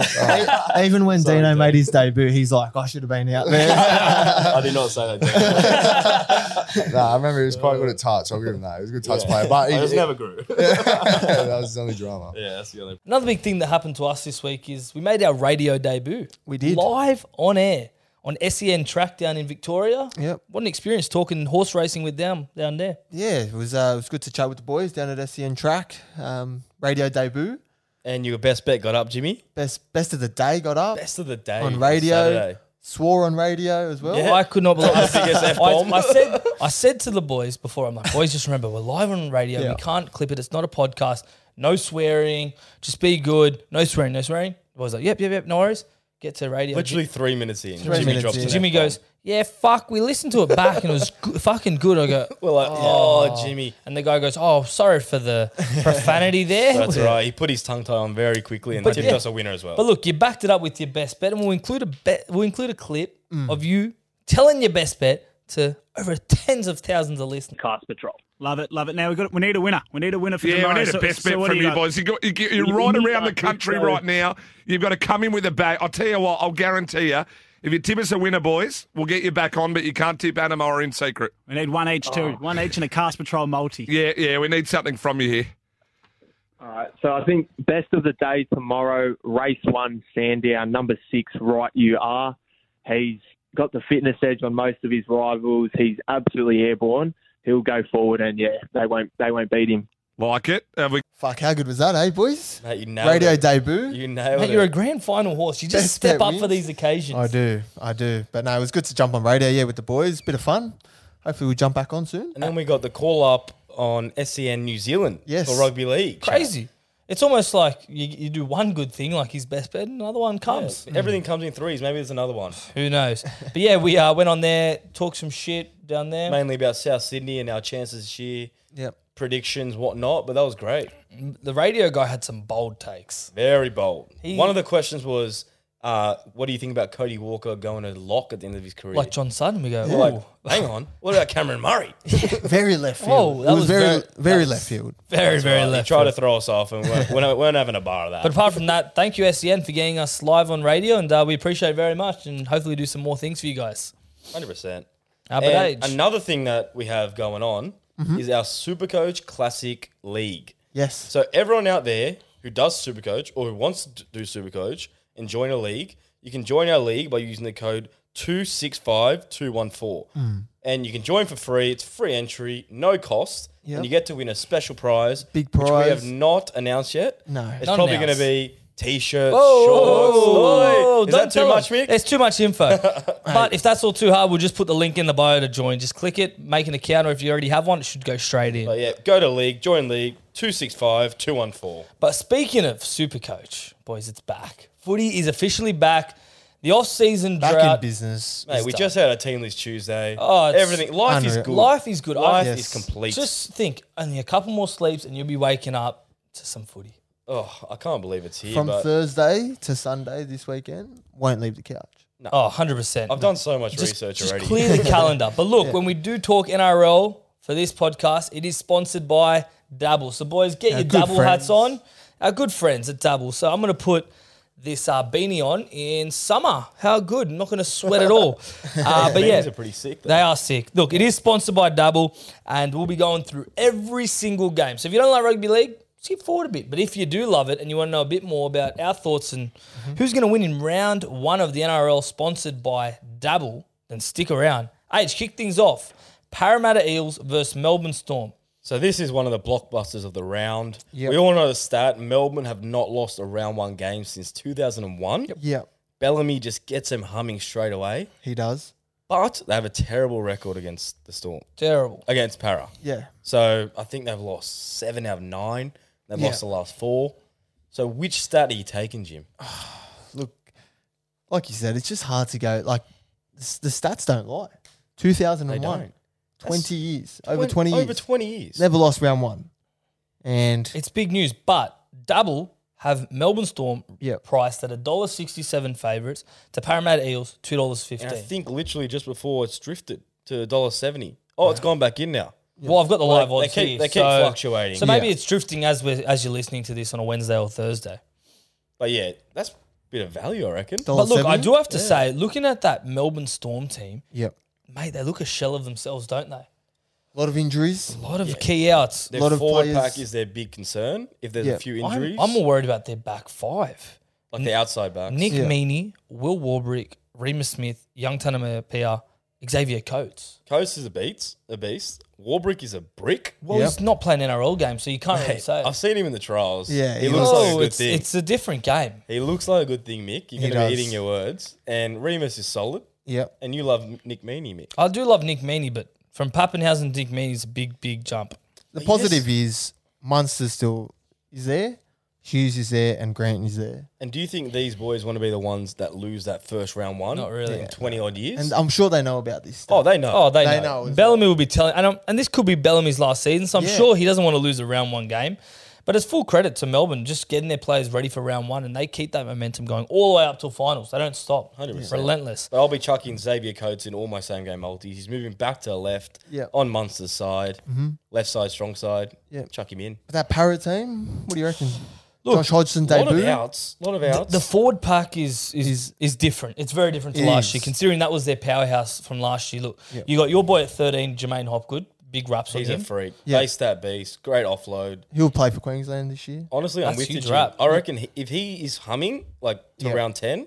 Speaker 3: (laughs)
Speaker 4: Oh,
Speaker 3: Even when
Speaker 2: Sorry,
Speaker 3: Dino
Speaker 2: Dave.
Speaker 3: made his debut, he's like, I should have been out there.
Speaker 2: I did not say that. Dean.
Speaker 4: Uh, nah, I remember he was quite good at touch. I'll give him that. He was a good touch
Speaker 2: Yeah.
Speaker 4: player, but he,
Speaker 2: I
Speaker 4: (laughs)
Speaker 2: just never (laughs) grew.
Speaker 4: that was his only drama.
Speaker 2: yeah, that's the only.
Speaker 1: Another big thing that happened to us this week is we made our radio debut.
Speaker 3: We did.
Speaker 1: live on air on SEN track down in Victoria.
Speaker 3: Yep.
Speaker 1: What an experience talking horse racing with them down there.
Speaker 3: (laughs) Yeah, it was uh, it was good to chat with the boys down at SEN Track. Um, radio debut,
Speaker 2: And your best bet got up, Jimmy.
Speaker 3: best best of the day got up
Speaker 2: Best of the day
Speaker 3: on radio.
Speaker 2: Saturday.
Speaker 3: Swore on radio as well.
Speaker 1: Oh, I could not believe
Speaker 2: The
Speaker 3: E
Speaker 2: biggest
Speaker 1: I,
Speaker 2: F-bomb.
Speaker 1: I said I said to the boys before, I'm like, boys, just remember we're live on radio.
Speaker 3: Yeah.
Speaker 1: We can't clip it. It's not a podcast. No swearing. Just be good. No swearing. No swearing. The boys like, yep, yep, yep. No worries. Get to radio.
Speaker 2: Literally three minutes in, Jimmy
Speaker 3: minutes
Speaker 2: drops
Speaker 3: in.
Speaker 2: an
Speaker 1: Jimmy
Speaker 2: F-bomb.
Speaker 1: goes, yeah, fuck. We listened to it back and it was go- fucking good. I go,
Speaker 2: We're like, oh, Jimmy.
Speaker 1: and the guy goes, oh, sorry for the profanity there.
Speaker 2: That's right. He put his tongue tie on very quickly and
Speaker 1: But
Speaker 2: tipped
Speaker 1: yeah.
Speaker 2: us a winner as well.
Speaker 1: But look, you backed it up with your best bet, and we'll include a bet. We'll include a clip of you telling your best bet to over tens of thousands of listeners.
Speaker 5: Cast Patrol. Love it, love it. Now we got we need a winner. We need a winner for
Speaker 6: Yeah,
Speaker 5: tomorrow.
Speaker 6: I need a
Speaker 5: So-
Speaker 6: best
Speaker 5: so
Speaker 6: bet
Speaker 5: what
Speaker 6: from
Speaker 5: do
Speaker 6: you,
Speaker 5: got?
Speaker 6: boys. You got, you, you're
Speaker 5: You-
Speaker 6: right
Speaker 5: you
Speaker 6: around the
Speaker 5: got this,
Speaker 6: country
Speaker 5: so-
Speaker 6: right now. You've got to come in with a bat. I'll tell you what, I'll guarantee you, if you tip us a winner, boys, we'll get you back on, but you can't tip Anima or in secret.
Speaker 5: We need one each, too. One each and a Cast Patrol multi.
Speaker 6: Yeah, yeah, we need something from you here.
Speaker 7: All right. So I think best of the day tomorrow, race one, Sandown, number six, right you are. He's got the fitness edge on most of his rivals. He's absolutely airborne. He'll go forward and yeah, they won't they won't beat him.
Speaker 6: Like it? Have we
Speaker 3: Fuck, how good was that, eh, boys?
Speaker 2: Mate, you nailed
Speaker 3: Radio
Speaker 2: it.
Speaker 3: debut.
Speaker 2: You nailed
Speaker 1: Mate,
Speaker 2: it.
Speaker 1: you're a grand final horse. You just
Speaker 3: Best
Speaker 1: step
Speaker 3: bet
Speaker 1: up for
Speaker 3: wins.
Speaker 1: these occasions.
Speaker 3: I do, I do. But no, it was good to jump on radio, yeah, with the boys. Bit of fun. Hopefully, we'll jump back on soon.
Speaker 2: and then we got the call up on SEN New Zealand
Speaker 3: Yes.
Speaker 2: for rugby league.
Speaker 1: Crazy. It's almost like you, you do one good thing, like his best bet, and another one comes.
Speaker 2: Mm. Everything comes in threes. Maybe there's another one.
Speaker 1: Who knows? But yeah, we uh, went on there, talked some shit down there.
Speaker 2: Mainly about South Sydney and our chances this year,
Speaker 3: Yep.
Speaker 2: predictions, whatnot. But that was great.
Speaker 1: The radio guy had some bold takes.
Speaker 2: Very bold. One of the questions was, uh, what do you think about Cody Walker going to lock at the end of his career?
Speaker 1: Like John Sutton, we go,
Speaker 2: We're like,
Speaker 1: "Ooh,
Speaker 2: hang on. What about Cameron Murray?
Speaker 3: Very left field.
Speaker 1: Whoa, that
Speaker 3: it was,
Speaker 1: was
Speaker 3: very,
Speaker 1: very-
Speaker 3: very
Speaker 1: that
Speaker 2: (laughs)
Speaker 3: left field.
Speaker 1: (laughs) very, very
Speaker 2: Right,
Speaker 1: left.
Speaker 2: He tried to
Speaker 1: field."
Speaker 2: throw us off, and we weren't, we weren't- we weren't having a bar of that.
Speaker 1: But apart from that, thank you, SEN, for getting us live on radio, and uh, we appreciate it very much, and hopefully do some more things for you guys.
Speaker 2: Hundred percent.
Speaker 1: Uh, but age. Mm-hmm.
Speaker 2: And another thing that we have going on is our Supercoach Classic League.
Speaker 3: Yes.
Speaker 2: So everyone out there who does Supercoach or who wants to do Supercoach and join a league, you can join our league by using the code two six five two one four,
Speaker 1: Mm.
Speaker 2: and you can join for free. It's free entry, no cost,
Speaker 3: Yep.
Speaker 2: and you get to win a special prize.
Speaker 3: Big
Speaker 2: Which we have
Speaker 3: prize.
Speaker 2: not announced yet.
Speaker 3: No.
Speaker 2: it's
Speaker 1: Not
Speaker 2: probably going to
Speaker 1: announced.
Speaker 2: be t-shirts,
Speaker 1: Whoa,
Speaker 2: shorts. Oi, Is
Speaker 1: oh, don't
Speaker 2: that too
Speaker 1: tell us.
Speaker 2: much, Mick?
Speaker 1: It's too much
Speaker 2: (laughs)
Speaker 1: info. but if that's all too hard, we'll just put the link in the bio to join. Just click it, make an account, or if you already have one, it should go straight in.
Speaker 2: But yeah, go to league, join league, 265 214.
Speaker 1: But speaking of Supercoach, boys, it's back. Footy is officially back. The off-season
Speaker 3: Back
Speaker 1: drought.
Speaker 3: in business.
Speaker 2: Mate, we
Speaker 1: done.
Speaker 2: just had a team list Tuesday.
Speaker 1: Oh, it's
Speaker 2: Everything. Life
Speaker 3: unreal.
Speaker 2: is good.
Speaker 1: Life is good.
Speaker 2: Life
Speaker 1: I
Speaker 2: is
Speaker 3: Yes.
Speaker 2: complete.
Speaker 1: just think only a couple more sleeps and you'll be waking up to some footy.
Speaker 2: oh, I can't believe it's here.
Speaker 3: From
Speaker 2: but
Speaker 3: Thursday to Sunday this weekend, won't leave the couch.
Speaker 1: Oh, 100%.
Speaker 2: I've done so much
Speaker 1: just,
Speaker 2: research
Speaker 1: just
Speaker 2: already.
Speaker 1: clear
Speaker 2: (laughs)
Speaker 1: the calendar. But look, when we do talk NRL for this podcast, it is sponsored by Dabble. So boys, get your
Speaker 3: good
Speaker 1: Dabble hats
Speaker 3: friends.
Speaker 1: on. Our good friends at Dabble. So I'm going to put this uh, beanie on in summer. How good! I'm not going to sweat at
Speaker 2: (laughs)
Speaker 1: all. Uh, but yeah,
Speaker 2: Beanies are pretty sick, though.
Speaker 1: They are sick. Look, it is sponsored by Dabble, and we'll be going through every single game. So if you don't like rugby league. Skip forward a bit, but if you do love it and you want to know a bit more about our thoughts and
Speaker 2: Mm-hmm.
Speaker 1: who's going to win in round one of the NRL, sponsored by Dabble, then stick around. H, kick things off. Parramatta Eels versus Melbourne Storm.
Speaker 2: So this is one of the blockbusters of the round.
Speaker 3: Yep.
Speaker 2: We all know the stat. Melbourne have not lost a round one game since 2001.
Speaker 3: Yeah,
Speaker 2: Bellamy just gets them humming straight away.
Speaker 3: he does.
Speaker 2: But they have a terrible record against the Storm,
Speaker 1: Terrible.
Speaker 2: against Para.
Speaker 3: Yeah.
Speaker 2: So I think they've lost seven out of nine. They've
Speaker 3: Yeah.
Speaker 2: lost the last four. So which stat are you taking, Jim?
Speaker 3: Look, like you said, it's just hard to go. Like, s- the stats don't lie. 2001,
Speaker 2: don't.
Speaker 3: 20 years, over 20 years.
Speaker 2: Over 20 years.
Speaker 3: Never lost round one. And
Speaker 1: It's big news, but double have Melbourne Storm
Speaker 3: Yep.
Speaker 1: priced at $1.67 favourites to Parramatta Eels, $2.15.
Speaker 2: And I think literally just before it's drifted to $1.70. Oh, it's gone back in now.
Speaker 1: well, I've got the live
Speaker 2: Like,
Speaker 1: odds
Speaker 2: they keep-
Speaker 1: here,
Speaker 2: they keep
Speaker 1: so-
Speaker 2: fluctuating.
Speaker 1: So maybe
Speaker 3: Yeah.
Speaker 1: it's drifting as we're, as you're listening to this on a Wednesday or Thursday.
Speaker 2: But yeah, that's a bit of value, I reckon.
Speaker 1: But look, I
Speaker 3: $1.70?
Speaker 1: do have to say, looking at that Melbourne Storm team,
Speaker 3: Yep.
Speaker 1: mate, they look a shell of themselves, don't they?
Speaker 3: A lot of injuries.
Speaker 1: A lot of key outs.
Speaker 2: Their
Speaker 3: lot of
Speaker 2: forward
Speaker 3: players-
Speaker 2: pack is their big concern. If there's
Speaker 3: Yeah.
Speaker 2: a few
Speaker 1: I'm,
Speaker 2: injuries,
Speaker 1: I'm more worried about their back five.
Speaker 2: like the outside backs.
Speaker 1: Nick
Speaker 3: Yeah.
Speaker 1: Meaney, Will Warbrick, Remus Smith, Young Tanama Pia, Xavier Coates.
Speaker 2: Coast is a beast. A beast. Warbrick is a brick.
Speaker 1: Well, he's not playing NRL games, so you can't really
Speaker 2: Hey,
Speaker 1: say.
Speaker 2: I've seen him in the trials.
Speaker 3: Yeah,
Speaker 2: he,
Speaker 3: he
Speaker 2: looks
Speaker 3: looks-
Speaker 2: like a
Speaker 1: Oh,
Speaker 2: good
Speaker 1: it's,
Speaker 2: thing.
Speaker 1: it's a different game.
Speaker 2: he looks like a good thing, Mick. You're
Speaker 3: He
Speaker 2: going to be
Speaker 3: does.
Speaker 2: eating your words. And Remus is solid.
Speaker 3: Yep.
Speaker 2: And you love Nick Meaney, Mick.
Speaker 1: I do love Nick Meaney, but from Pappenhausen to Nick Meaney is a big, big jump.
Speaker 3: The positive is Munster still is there, Hughes is there, and Grant is there.
Speaker 2: And do you think these boys want to be the ones that lose that first round one?
Speaker 1: Not really.
Speaker 2: In 20 odd years?
Speaker 3: And I'm sure they know about this.
Speaker 2: oh,
Speaker 3: Stuff.
Speaker 2: they know.
Speaker 1: Oh, they,
Speaker 3: They
Speaker 1: know.
Speaker 3: know as
Speaker 1: Bellamy will be telling, and, I'm, and this could be Bellamy's last season, so I'm
Speaker 3: Yeah.
Speaker 1: sure he doesn't want to lose a round one game. But it's full credit to Melbourne just getting their players ready for round one, and they keep that momentum going all the way up till finals. They don't stop.
Speaker 2: 100%.
Speaker 1: Relentless.
Speaker 2: But I'll be chucking Xavier Coates in all my same game multis. He's moving back to left
Speaker 3: Yeah. Mm-hmm.
Speaker 2: on Munster's side, left side, strong side.
Speaker 3: Yeah.
Speaker 2: Chuck him in.
Speaker 3: that Parrot team. What do you reckon?
Speaker 1: Look,
Speaker 3: Josh Hodgson
Speaker 2: Oh, A lot of
Speaker 3: debut.
Speaker 2: outs. A lot of outs.
Speaker 1: The forward pack is is is, different. It's very different to
Speaker 3: It
Speaker 1: last
Speaker 3: is.
Speaker 1: year, considering that was their powerhouse from last year. Look, you got your boy at 13, Jermaine Hopgood. Big raps
Speaker 2: He's
Speaker 1: on
Speaker 2: a
Speaker 1: him.
Speaker 2: freak.
Speaker 3: Yeah.
Speaker 2: Base that beast. Great offload.
Speaker 3: He'll play for Queensland this year.
Speaker 2: Honestly, I'm
Speaker 1: That's
Speaker 2: with you.
Speaker 1: huge
Speaker 2: Jim.
Speaker 1: rap.
Speaker 2: I reckon he, if he is humming like to
Speaker 3: Yeah.
Speaker 2: round ten,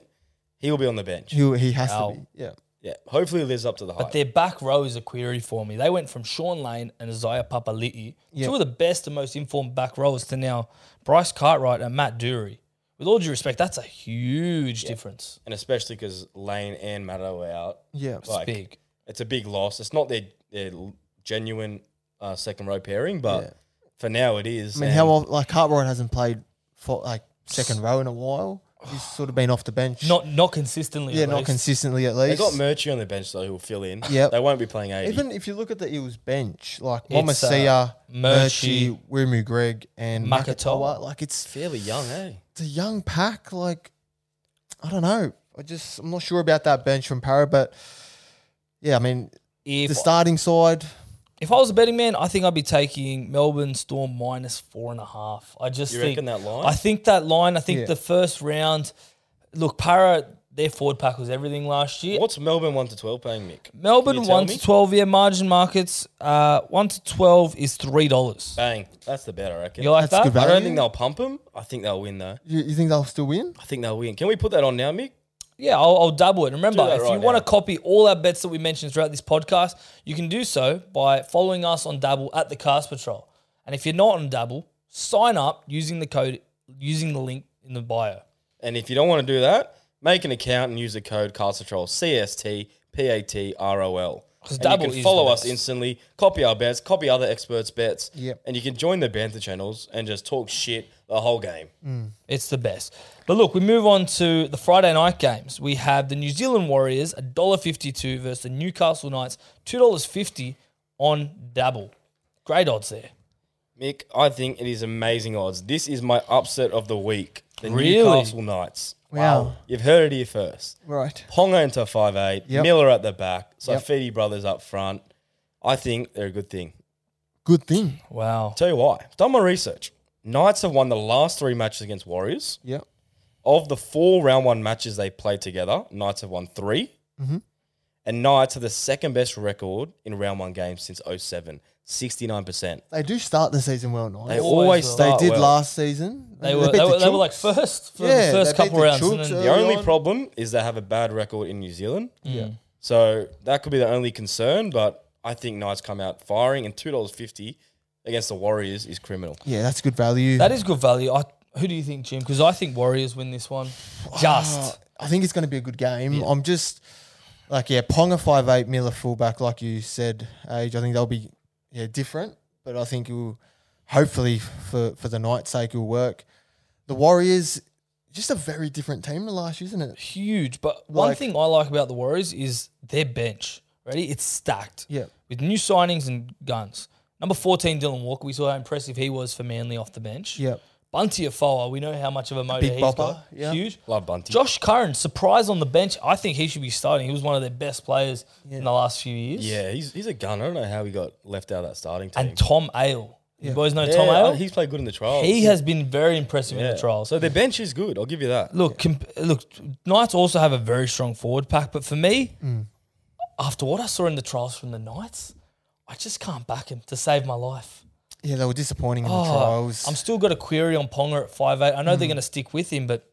Speaker 2: he will be on the bench.
Speaker 3: He'll, he has
Speaker 1: Ow.
Speaker 3: to be. Yeah.
Speaker 2: yeah. Hopefully, he lives up to the hype.
Speaker 1: But their back row is a query for me. They went from Sean Lane and Isaiah Papali'i,
Speaker 3: Yeah.
Speaker 1: two of the best and most informed back rowers, to now Bryce Cartwright and Matt Dury. With all due respect, that's a huge difference.
Speaker 2: and especially because Lane and Matto are out,
Speaker 3: Yeah.
Speaker 1: It's
Speaker 2: Like-
Speaker 1: big.
Speaker 2: it's a big loss. It's not their their l- genuine uh, second row pairing, but
Speaker 3: Yeah.
Speaker 2: for now it is.
Speaker 3: I mean,
Speaker 2: and
Speaker 3: how old, like Cartwright hasn't played for like second row in a while.
Speaker 1: (sighs)
Speaker 3: He's sort of been off the bench.
Speaker 1: Not not consistently.
Speaker 3: yeah,
Speaker 1: at
Speaker 3: not
Speaker 1: least.
Speaker 3: consistently at
Speaker 2: They
Speaker 3: least.
Speaker 2: got Murchie on the bench though, who will fill in.
Speaker 3: Yep.
Speaker 2: they won't be playing eighty.
Speaker 3: Even if you look at the Eels bench, like
Speaker 1: It's, uh,
Speaker 3: Momasia,
Speaker 1: Murchie,
Speaker 3: Murchie, Wimu Greg, and
Speaker 1: Makatoa.
Speaker 3: Makatoa, like it's
Speaker 2: fairly young, eh?
Speaker 3: it's a young pack. Like I don't know. I just I'm not sure about that bench from Para, but yeah, I mean
Speaker 1: If,
Speaker 3: the starting side.
Speaker 1: if I was a betting man, I think I'd be taking Melbourne Storm minus four and a half. I just
Speaker 2: You
Speaker 1: think
Speaker 2: reckon that line?
Speaker 1: I think that line. I think
Speaker 3: Yeah.
Speaker 1: the first round. Look, Para, their forward pack was everything last year.
Speaker 2: What's Melbourne one to twelve paying, Mick? Can
Speaker 1: Melbourne
Speaker 2: you tell
Speaker 1: one
Speaker 2: me?
Speaker 1: to twelve. Yeah, margin markets. Uh, one to twelve is three dollars.
Speaker 2: Bang, that's the bet I reckon.
Speaker 1: You like
Speaker 3: That's
Speaker 1: that?
Speaker 3: good
Speaker 2: I
Speaker 3: value.
Speaker 2: don't think they'll pump him. I think they'll win though.
Speaker 3: You, you think they'll still win?
Speaker 2: I think they'll win. Can we put that on now, Mick?
Speaker 1: Yeah, I'll, I'll double it. And Remember,
Speaker 2: Do that
Speaker 1: if you
Speaker 2: right
Speaker 1: want to
Speaker 2: now.
Speaker 1: copy all our bets that we mentioned throughout this podcast, you can do so by following us on Dabble at the Cast Patrol. And if you're not on Dabble, sign up using the code using the link in the bio.
Speaker 2: And if you don't want to do that, make an account and use the code Castrol C S T P A T R O L. And you
Speaker 1: double
Speaker 2: can
Speaker 1: is
Speaker 2: follow
Speaker 1: the
Speaker 2: us
Speaker 1: best.
Speaker 2: instantly, copy our bets, copy other experts' bets,
Speaker 3: Yep.
Speaker 2: and you can join the banter channels and just talk shit the whole game.
Speaker 1: It's the best. But look, we move on to the Friday night games. We have the New Zealand Warriors $1.52 versus the Newcastle Knights $2.50 on Dabble. Great odds there.
Speaker 2: Mick, I think it is amazing odds. This is my upset of the week. The
Speaker 1: Really?
Speaker 2: Newcastle Knights.
Speaker 3: Wow.
Speaker 2: You've heard it here first.
Speaker 3: Right.
Speaker 2: Ponga into 5'8,
Speaker 3: Yep.
Speaker 2: Miller at the back,
Speaker 3: Yep.
Speaker 2: Safidi brothers up front. I think they're a good thing.
Speaker 3: Good thing.
Speaker 1: Wow.
Speaker 2: Tell you why. I've done my research. Knights have won the last three matches against Warriors.
Speaker 3: Yep.
Speaker 2: Of the four round one matches they played together, Knights have won 3
Speaker 3: Mm-hmm.
Speaker 2: And Knights have the second best record in round one games since 07, 69%.
Speaker 3: They do start the season well,
Speaker 2: They
Speaker 3: nice.
Speaker 1: Always
Speaker 2: always
Speaker 1: will.
Speaker 3: They
Speaker 2: start
Speaker 3: did
Speaker 2: well.
Speaker 3: last season.
Speaker 1: They
Speaker 3: I mean,
Speaker 1: were,
Speaker 3: beat
Speaker 1: they
Speaker 3: the
Speaker 1: were, they were like
Speaker 3: Chooks.
Speaker 1: first for
Speaker 3: Yeah,
Speaker 1: the
Speaker 3: they
Speaker 1: first
Speaker 3: beat
Speaker 1: couple
Speaker 3: the
Speaker 1: rounds. and
Speaker 3: Chooks
Speaker 1: then-
Speaker 2: The
Speaker 3: early
Speaker 2: only
Speaker 3: on.
Speaker 2: problem is they have a bad record in New Zealand.
Speaker 3: Yeah.
Speaker 2: So that could be the only concern, but I think Knights come out firing and $2.50 against the Warriors is criminal.
Speaker 3: Yeah, that's good value.
Speaker 1: That is good value. I, who do you think, Jim? Because I think Warriors win this one. Just.
Speaker 3: Ah, I think it's going to be a good game. I'm just like, yeah, Ponga five eight Miller fullback, like you said, age. I think they'll be yeah different, but I think it will hopefully for for the night's sake it will work. The Warriors, just a very different team to last year, isn't it?
Speaker 1: huge. But one
Speaker 3: Like-
Speaker 1: thing I like about the Warriors is their bench. Ready? It's stacked.
Speaker 3: Yeah.
Speaker 1: With new signings and guns. Number 14, Dylan Walker. We saw how impressive he was for Manly off the bench.
Speaker 3: Yep.
Speaker 1: Bunty Afoa, we know how much of a motor
Speaker 3: big
Speaker 1: he's
Speaker 3: bopper,
Speaker 1: got.
Speaker 3: yeah.
Speaker 1: Huge.
Speaker 2: Love Bunty.
Speaker 1: Josh Curran, surprise on the bench. I think he should be starting. He was one of their best players in the last few years.
Speaker 2: Yeah, he's, he's a gun. I don't know how he got left out of that starting team.
Speaker 1: And Tom Ale. You boys know
Speaker 2: yeah,
Speaker 1: Tom Ale?
Speaker 2: He's played good in the trials.
Speaker 1: he has been very impressive in
Speaker 2: Yeah.
Speaker 1: the trials.
Speaker 2: So their bench is good. I'll give you that.
Speaker 1: Look, comp- look, Knights also have a very strong forward pack, but for me,
Speaker 2: Mm.
Speaker 1: after what I saw in the trials from the Knights, I just can't back him to save my life.
Speaker 3: Yeah, they were disappointing in the
Speaker 1: Oh,
Speaker 3: trials.
Speaker 2: Mm.
Speaker 1: I'm still got a query on Ponga at 5'8". I know they're going to stick with him, but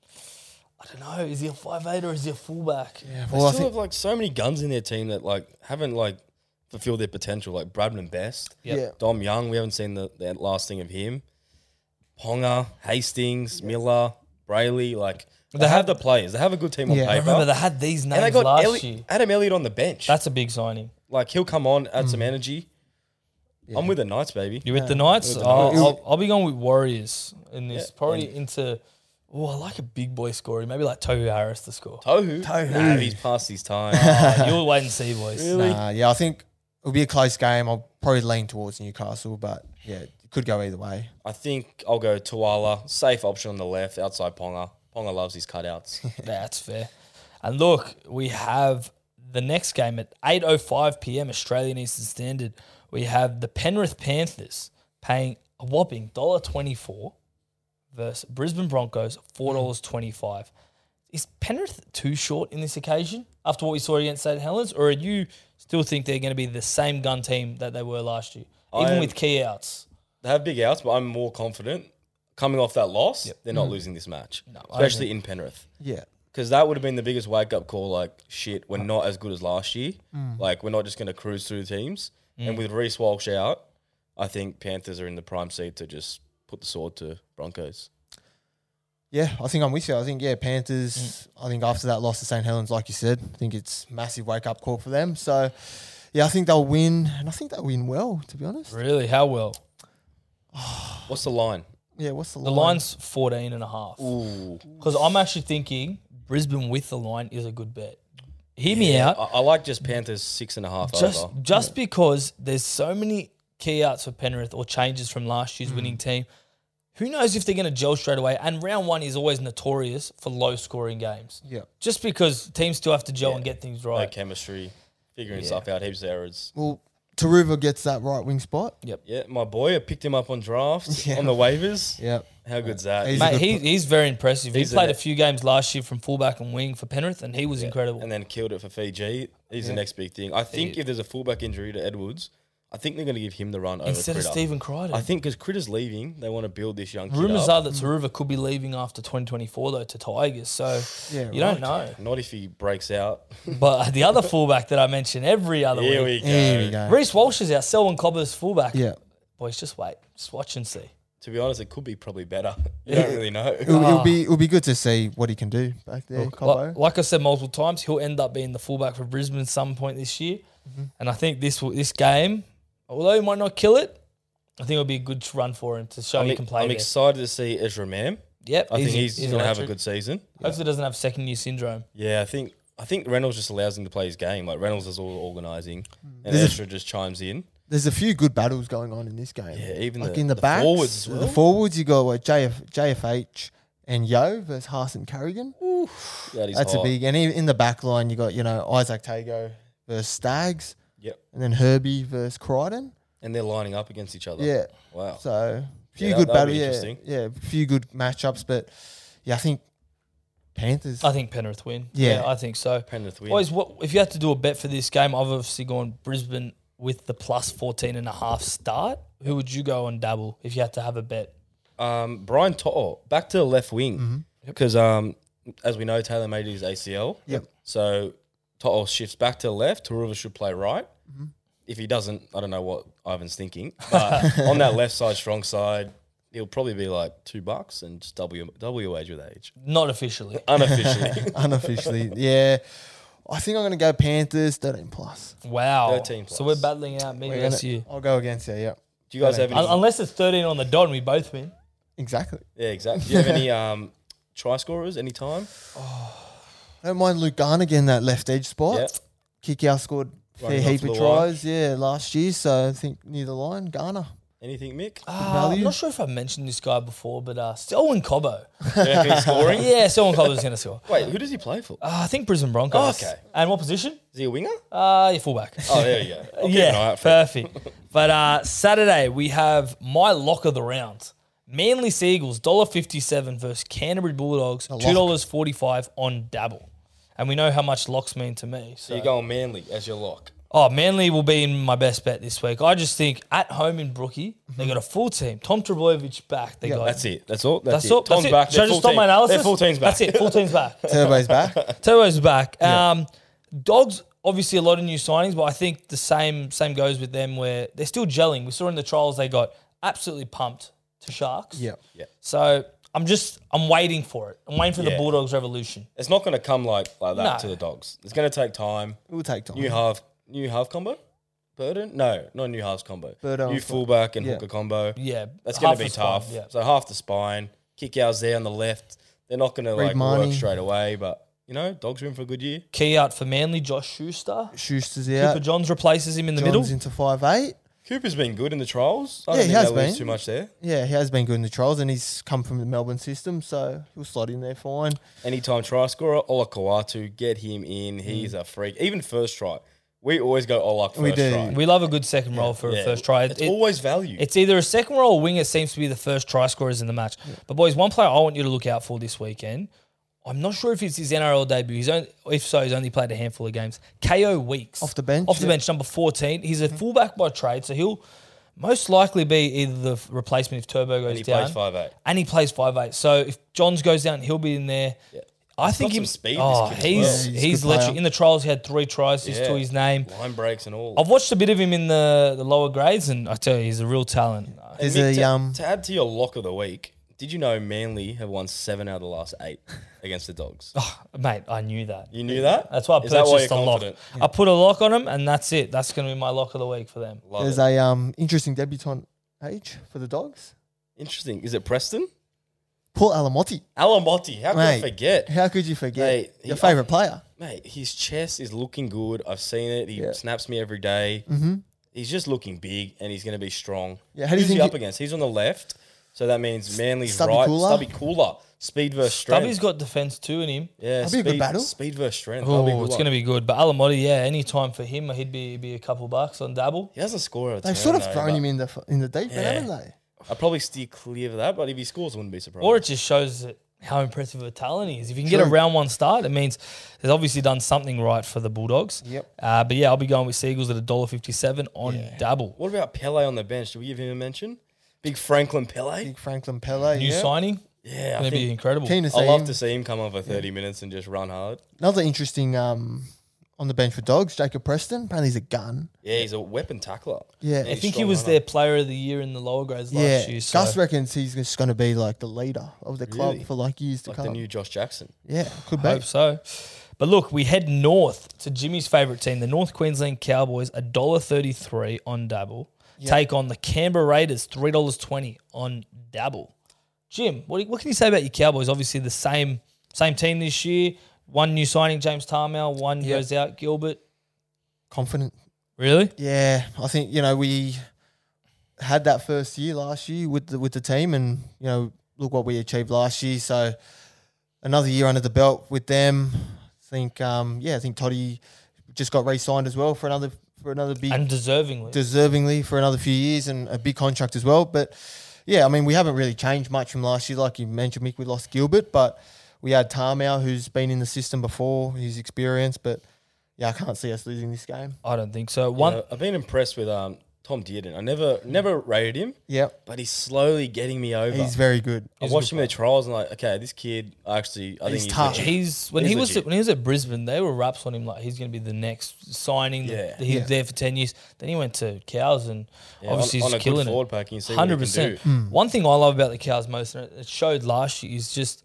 Speaker 1: I don't know. Is he a five eight or is he a fullback? Yeah.
Speaker 2: They
Speaker 3: Well, I
Speaker 2: still
Speaker 3: think
Speaker 2: have like so many guns in their team that like haven't like fulfilled their potential. Like Bradman Best,
Speaker 1: Yep.
Speaker 3: yeah.
Speaker 2: Dom Young. We haven't seen the, the last thing of him. Ponga, Hastings, Miller, Brayley. Like they, have the players. They have a good team on
Speaker 3: Yeah. I
Speaker 2: paper.
Speaker 3: remember
Speaker 1: Remember they had these names
Speaker 2: and they got
Speaker 1: last
Speaker 2: Elliot-
Speaker 1: year.
Speaker 2: Adam Elliott on the bench.
Speaker 1: That's a big signing.
Speaker 2: like he'll come on, add some energy. I'm with the Knights, baby.
Speaker 1: You with the Knights?
Speaker 2: With the
Speaker 1: I'll,
Speaker 2: Knights.
Speaker 1: I'll, I'll be going with Warriors in this.
Speaker 2: Yeah.
Speaker 1: Probably into. Oh, I like a big boy scorer. Maybe like Tohu Harris to
Speaker 2: (laughs)
Speaker 1: score.
Speaker 2: Tohu, Nah, he's past
Speaker 1: (laughs)
Speaker 2: his time.
Speaker 1: Uh, you'll wait and see, boys.
Speaker 3: Nah, yeah, I think it'll be a close game. I'll probably lean towards Newcastle, but yeah, it could go either way.
Speaker 2: I think I'll go Tuala, safe option on the left, outside Ponga. Ponga loves his cutouts.
Speaker 1: That's fair. And look, we have the next game at 8:05 p.m. Australian Eastern Standard. We have the Penrith Panthers paying a whopping $1.24 versus Brisbane Broncos $4.25. Is Penrith too short in this occasion after what we saw against St Helens or do you still think they're going to be the same gun team that they were last year even
Speaker 2: am-
Speaker 1: with key outs?
Speaker 2: They have big outs, but I'm more confident coming off that loss. They're not losing this match,
Speaker 1: Mm. I
Speaker 2: especially in Penrith,
Speaker 3: Yeah.
Speaker 2: because that would have been the biggest wake up call. Like, shit, we're not as good as last year.
Speaker 1: Mm.
Speaker 2: Like, we're not just going to cruise through teams. And with Reese Walsh out, I think Panthers are in the prime seat to just put the sword to Broncos.
Speaker 3: Yeah, I think I'm with you. I think, yeah,
Speaker 2: Mm.
Speaker 3: Panthers, I think after that loss to St. Helens, like you said, I think it's massive wake up call for them. So, yeah, I think they'll win, and I think they'll win well, to be honest.
Speaker 1: Really? How well?
Speaker 2: What's the line?
Speaker 3: Yeah, what's the
Speaker 1: The
Speaker 3: line?
Speaker 1: line's 14 and a half. Because I'm actually thinking Brisbane with the line is a good bet. Hear me out.
Speaker 2: I, I like just Panthers six and a half
Speaker 1: just
Speaker 2: over.
Speaker 1: just because there's so many key outs for Penrith or changes from last
Speaker 2: Mm.
Speaker 1: year's winning team. Who knows if they're going to gel straight away? And round one is always notorious for low scoring games.
Speaker 3: Yeah.
Speaker 1: Just because teams still have to gel and get things
Speaker 2: No
Speaker 1: right.
Speaker 2: chemistry, figuring stuff out, heaps of errors.
Speaker 3: Well, Taruva gets that right wing spot.
Speaker 2: Yeah, my boy, I picked him up
Speaker 1: (laughs)
Speaker 2: on drafts on the waivers.
Speaker 3: Yeah.
Speaker 2: How good's that?
Speaker 3: He's-
Speaker 1: Mate,
Speaker 2: (laughs)
Speaker 1: he, he's very impressive.
Speaker 2: He's
Speaker 1: he
Speaker 2: a-
Speaker 1: played a few games last year from fullback and wing for Penrith, and he was incredible.
Speaker 2: and then killed it for Fiji. He's the next big thing. I think if there's a fullback injury to Edwards, I think they're going to give him the run over
Speaker 1: Instead of
Speaker 2: Critter.
Speaker 1: Stephen Crichton.
Speaker 2: I think because Critter's leaving, they want to build this young kid
Speaker 1: Rumors
Speaker 2: up.
Speaker 1: are that Taruva could be leaving after 2024 though to Tigers, so you don't know.
Speaker 2: Not if he breaks out.
Speaker 1: But the other fullback that I mention every other
Speaker 2: (laughs) Here
Speaker 1: week,
Speaker 2: we go.
Speaker 3: Here we go.
Speaker 1: Reese Walsh is our Selwyn Cobbler's fullback.
Speaker 3: Yeah.
Speaker 1: boys, just wait, just watch and see.
Speaker 2: To be honest, it could be probably better. (laughs) You don't really know.
Speaker 3: It'll, it'll be it'll be good to see what he can do back there, Cobbo.
Speaker 1: Like, like I said multiple times, he'll end up being the fullback for Brisbane at some point this year,
Speaker 3: Mm-hmm.
Speaker 1: and I think this will, this game, although he might not kill it, I think it'll be a good run for him to show
Speaker 2: I'm,
Speaker 1: he can play.
Speaker 2: I'm
Speaker 1: there.
Speaker 2: excited to see Ezra Mam.
Speaker 1: Yep,
Speaker 2: I think he's, going to have a
Speaker 1: electric.
Speaker 2: good season.
Speaker 1: Hopefully, doesn't have second year syndrome.
Speaker 2: Yeah, I think I think Reynolds just allows him to play his game. Like Reynolds is all organising, and
Speaker 3: There's a-
Speaker 2: Ezra just chimes in.
Speaker 3: There's a few good battles going on in this game.
Speaker 2: Yeah, even
Speaker 3: like
Speaker 2: the-
Speaker 3: in the,
Speaker 2: the
Speaker 3: backs,
Speaker 2: forwards as
Speaker 3: The
Speaker 2: well.
Speaker 3: forwards, you got what JF, JFH and Yo versus Haas and Carrigan.
Speaker 2: That is
Speaker 3: That's a
Speaker 2: hot.
Speaker 3: big. And in in the back line, you got you know Isaac Tago versus Stags,
Speaker 2: Yep.
Speaker 3: and then Herbie versus Crichton.
Speaker 2: And they're lining up against each other.
Speaker 3: Yeah.
Speaker 2: Wow.
Speaker 3: So few
Speaker 2: Yeah,
Speaker 3: good
Speaker 2: that'll
Speaker 3: battles.
Speaker 2: be
Speaker 3: Yeah,
Speaker 2: interesting.
Speaker 3: yeah, few good matchups. But yeah, I think
Speaker 2: (laughs)
Speaker 3: Panthers.
Speaker 1: I think Penrith win.
Speaker 3: Yeah.
Speaker 1: I think so.
Speaker 2: Penrith win.
Speaker 1: Boys, what if you had to do a bet for this game? I've obviously gone Brisbane with the plus 14 and a half start. Who would you go on double if you had to have a bet?
Speaker 2: Um, Brian Toto, back to the left
Speaker 1: Mm-hmm.
Speaker 2: wing. Because um, as we know, Taylor made his ACL.
Speaker 3: Yep.
Speaker 2: So Toto shifts back to the left. Taruva should play right.
Speaker 1: Mm-hmm.
Speaker 2: If he doesn't, I don't know what Ivan's thinking. But on that left side, strong side, he'll probably be like two bucks and just double your, double your wage with
Speaker 1: (laughs)
Speaker 2: age.
Speaker 1: Not officially.
Speaker 2: Unofficially.
Speaker 3: unofficially. yeah, I think I'm gonna go Panthers 13 plus.
Speaker 1: Wow.
Speaker 2: 13 plus.
Speaker 1: So we're battling out me
Speaker 3: We're gonna-
Speaker 1: versus you.
Speaker 3: I'll go against you. Yeah,
Speaker 2: Do you guys have any?
Speaker 1: Un- Unless it's 13 on the dot and we both win.
Speaker 3: exactly.
Speaker 2: yeah, exactly. Do you have any um, try scorers anytime?
Speaker 3: I don't mind Luke Garnigan in that left edge spot.
Speaker 2: Yeah.
Speaker 3: Kikau scored a fair
Speaker 2: Running
Speaker 3: heap
Speaker 2: off
Speaker 3: of
Speaker 2: the line.
Speaker 3: tries, yeah, last year. So I think near the line, Ghana.
Speaker 2: Anything, Mick?
Speaker 1: Uh, I'm
Speaker 3: value.
Speaker 1: not sure if I mentioned this guy before, but uh, Selwyn Cobbo.
Speaker 2: Any scoring?
Speaker 1: yeah, Selwyn Cobbo's going to score.
Speaker 2: Wait, who does he play for?
Speaker 1: Uh, I think Brisbane Broncos.
Speaker 2: Okay.
Speaker 1: And what position?
Speaker 2: Is he a winger?
Speaker 1: Uh, your fullback.
Speaker 2: Oh, there you
Speaker 1: (laughs)
Speaker 2: go. I'll keep an eye
Speaker 1: yeah,
Speaker 2: out for him.
Speaker 1: perfect. but uh, Saturday we have my lock of the round: Manly Seagulls dollar fifty seven versus Canterbury Bulldogs two dollars forty five on Dabble. And we know how much locks mean to me. So
Speaker 2: You're going Manly as your lock.
Speaker 1: Oh, Manly will be in my best bet this week. I just think at home in Brookie, they got a full team. Tom Trebojevic back. They got
Speaker 2: That's it. That's all. That's,
Speaker 1: That's,
Speaker 2: it.
Speaker 1: all.
Speaker 2: Tom's
Speaker 1: That's it.
Speaker 2: back.
Speaker 1: Should I
Speaker 2: They're
Speaker 1: just
Speaker 2: full
Speaker 1: stop
Speaker 2: team.
Speaker 1: my analysis?
Speaker 2: They're full team's back.
Speaker 1: That's it. Full team's
Speaker 2: (laughs)
Speaker 1: back.
Speaker 3: Turbo's back.
Speaker 1: Turbo's back. Um, Dogs, obviously a lot of new signings, but I think the same same goes with them where they're still gelling. We saw in the trials they got absolutely pumped to Sharks.
Speaker 3: Yeah.
Speaker 1: So I'm just I'm waiting for it. I'm waiting for the
Speaker 2: Yeah.
Speaker 1: Bulldogs revolution.
Speaker 2: It's not going to come like like that
Speaker 1: No.
Speaker 2: to the dogs. It's going to take time.
Speaker 3: It will take time.
Speaker 2: New half, new half combo, Burden. No, not new halves combo.
Speaker 3: Burden
Speaker 2: new
Speaker 3: and full-
Speaker 2: fullback and
Speaker 3: yeah.
Speaker 2: hooker combo.
Speaker 1: Yeah.
Speaker 2: that's going
Speaker 1: half
Speaker 2: to be
Speaker 1: the squad,
Speaker 2: tough.
Speaker 1: Yeah.
Speaker 2: So half the spine, kick outs there on the left. They're not going to like
Speaker 3: Reid
Speaker 2: work
Speaker 3: Marnie.
Speaker 2: straight away, but you know, dogs are in for a good year.
Speaker 1: Key out for Manly, Josh Schuster.
Speaker 3: Schuster's
Speaker 1: Cooper
Speaker 3: out.
Speaker 1: Johns replaces him in the
Speaker 3: John's
Speaker 1: middle.
Speaker 3: into five eight.
Speaker 2: Cooper's been good in the trials. I don't
Speaker 3: Yeah, he
Speaker 2: think
Speaker 3: has
Speaker 2: they lose
Speaker 3: been.
Speaker 2: too much there.
Speaker 3: Yeah, he has been good in the trials, and he's come from the Melbourne system, so he'll slot in there fine.
Speaker 2: Anytime try scorer, Ola Kawatu, get him in.
Speaker 1: Mm.
Speaker 2: He's a freak. Even first try, we always go Ola first
Speaker 3: We do.
Speaker 2: try.
Speaker 1: We love a good second roll for
Speaker 2: Yeah.
Speaker 1: a first try.
Speaker 2: It's
Speaker 1: It-
Speaker 2: always value.
Speaker 1: It's either a second row or winger seems to be the first try scorers in the match. But boys, one player I want you to look out for this weekend. I'm not sure if it's his NRL debut. He's only, if so, he's only played a handful of games. KO Weeks
Speaker 3: Off the bench,
Speaker 1: Off the
Speaker 3: yeah. Mm-hmm.
Speaker 1: bench, number 14. He's a fullback by trade, so he'll most likely be either the f- replacement if Turbo goes
Speaker 2: and he
Speaker 1: down,
Speaker 2: plays five eight.
Speaker 1: and he plays five eight. So if Johns goes down, he'll be in there. I
Speaker 2: He's
Speaker 1: think
Speaker 2: got
Speaker 1: him.
Speaker 2: some speed, this
Speaker 1: oh,
Speaker 2: kid, as
Speaker 1: he's
Speaker 2: well.
Speaker 1: he's,
Speaker 3: He's a good
Speaker 1: electric.
Speaker 3: player.
Speaker 1: In the trials, he had three tries just to
Speaker 2: Yeah.
Speaker 1: his name.
Speaker 2: Line breaks and all.
Speaker 1: I've watched a bit of him in the, the lower grades, and I tell you, he's a real talent.
Speaker 3: There's
Speaker 2: Mick,
Speaker 3: a
Speaker 2: to,
Speaker 3: um,
Speaker 2: to add to your lock of the week, did you know Manly have won seven out of the last
Speaker 1: (laughs)
Speaker 2: eight against the Dogs?
Speaker 1: Mate, I knew that.
Speaker 2: You knew that?
Speaker 1: Oh, That's why I
Speaker 2: Is
Speaker 1: purchased
Speaker 2: that why
Speaker 1: a
Speaker 2: you're
Speaker 1: lock.
Speaker 2: confident?
Speaker 1: I put a lock on them, and that's it. That's going to be my lock of the week for them.
Speaker 2: Love
Speaker 3: there's
Speaker 2: it.
Speaker 3: a um interesting debutant age for the Dogs.
Speaker 2: Interesting. Is it Preston?
Speaker 3: Paul Alamotti.
Speaker 2: Alamotti. How could I
Speaker 3: Mate.
Speaker 2: forget?
Speaker 3: How could you forget
Speaker 2: Hey, he- oh,
Speaker 3: your favorite player?
Speaker 2: Mate, his chest is looking good. I've seen it. He
Speaker 3: Yeah.
Speaker 2: snaps me every day.
Speaker 3: Mm-hmm.
Speaker 2: He's just looking big and he's going to be strong.
Speaker 3: Yeah, how do you
Speaker 2: Who's
Speaker 3: think
Speaker 2: he up
Speaker 3: he-
Speaker 2: against? He's on the left. So that means Manly's
Speaker 3: Stubby
Speaker 2: right.
Speaker 3: Cooler?
Speaker 2: Stubby cooler. Speed versus strength.
Speaker 1: Dubby's got defense too in him.
Speaker 2: yeah,
Speaker 3: That'd be a
Speaker 2: speed,
Speaker 3: good battle.
Speaker 2: Speed versus strength. That'd
Speaker 1: Oh,
Speaker 2: be a good
Speaker 1: it's
Speaker 2: one.
Speaker 1: going to be good. But Alamotti, yeah, any time for him, he'd be he'd be a couple bucks on Dabble.
Speaker 2: He hasn't scored. a turn,
Speaker 3: They've sort of
Speaker 2: though,
Speaker 3: thrown
Speaker 2: but
Speaker 3: him in the f- in the deep, end,
Speaker 2: Yeah.
Speaker 3: haven't they?
Speaker 2: I'd probably steer clear of that, but if he scores, I wouldn't be surprised.
Speaker 1: Or it just shows that how impressive of a talent he is. If you can get a
Speaker 3: True.
Speaker 1: round one start, it means they've obviously done something right for the Bulldogs.
Speaker 3: Yep.
Speaker 1: Uh, but yeah, I'll be going with Seagulls at $1.57 on Dabble.
Speaker 2: What about Pele on the bench? Do we give him a mention? Big Franklin Pele.
Speaker 3: Big Franklin Pele.
Speaker 1: New
Speaker 3: yeah.
Speaker 1: signing,
Speaker 2: Yeah, I
Speaker 1: going to be
Speaker 2: think
Speaker 1: incredible.
Speaker 3: Keen to see
Speaker 2: I love
Speaker 3: him.
Speaker 2: to see him come on for thirty minutes and just run hard.
Speaker 3: Another interesting um on the bench for Dogs, Jacob Preston. Apparently he's a gun.
Speaker 2: Yeah, he's a weapon tackler.
Speaker 3: Yeah.
Speaker 1: I think
Speaker 2: He's
Speaker 1: he
Speaker 2: strong
Speaker 1: was
Speaker 2: runner.
Speaker 1: their player of the year in the lower grades last
Speaker 3: yeah.
Speaker 1: year. So.
Speaker 3: Gus reckons he's just going to be like the leader of the club
Speaker 2: Really?
Speaker 3: for like years to
Speaker 2: like
Speaker 3: come.
Speaker 2: the new Josh Jackson.
Speaker 3: yeah, could
Speaker 1: I
Speaker 3: be.
Speaker 1: hope so. But look, we head north to Jimmy's favourite team, the North Queensland Cowboys, $1.33 on Dabble. Take on the Canberra Raiders, $3.20 on Dabble. Jim, what, do you- what can you say about your Cowboys? Obviously, the same same team this year. One new signing, James Tarmel. One
Speaker 3: Yeah.
Speaker 1: goes out, Gilbert.
Speaker 3: Confident.
Speaker 1: Really?
Speaker 3: Yeah, I think you know we had that first year last year with the, with the team, and you know look what we achieved last year. So another year under the belt with them. I think um, yeah, I think Toddy just got re-signed as well for another for another big
Speaker 1: And deservingly.
Speaker 3: deservingly for another few years and a big contract as well. But yeah, I mean, we haven't really changed much from last year. Like you mentioned, Mick, we lost Gilbert, but we had Tarmow, who's been in the system before, he's experienced. But yeah, I can't see us losing this game.
Speaker 1: I don't think so. One,
Speaker 2: Uh, I've been impressed with um, Tom Dearden. I never never rated him,
Speaker 3: Yeah,
Speaker 2: but he's slowly getting me over.
Speaker 3: he's very good.
Speaker 2: I watched him in the trials and like, okay, this kid actually, I
Speaker 3: He's
Speaker 2: think
Speaker 3: tough.
Speaker 2: legit.
Speaker 1: He's when
Speaker 2: He's
Speaker 1: he was
Speaker 2: legit.
Speaker 1: when he was at Brisbane, they were raps on him like he's going to be the next signing.
Speaker 2: Yeah.
Speaker 1: that he's
Speaker 3: Yeah.
Speaker 1: there for ten years. Then he went to Cows and
Speaker 2: Yeah,
Speaker 1: obviously
Speaker 2: on,
Speaker 1: he's
Speaker 2: on a good
Speaker 1: killing
Speaker 2: forward
Speaker 1: it.
Speaker 2: pack, you see
Speaker 1: Hundred
Speaker 2: hundred
Speaker 1: percent.
Speaker 3: Hmm.
Speaker 1: One thing I love about the Cows most, and it it showed last year, is just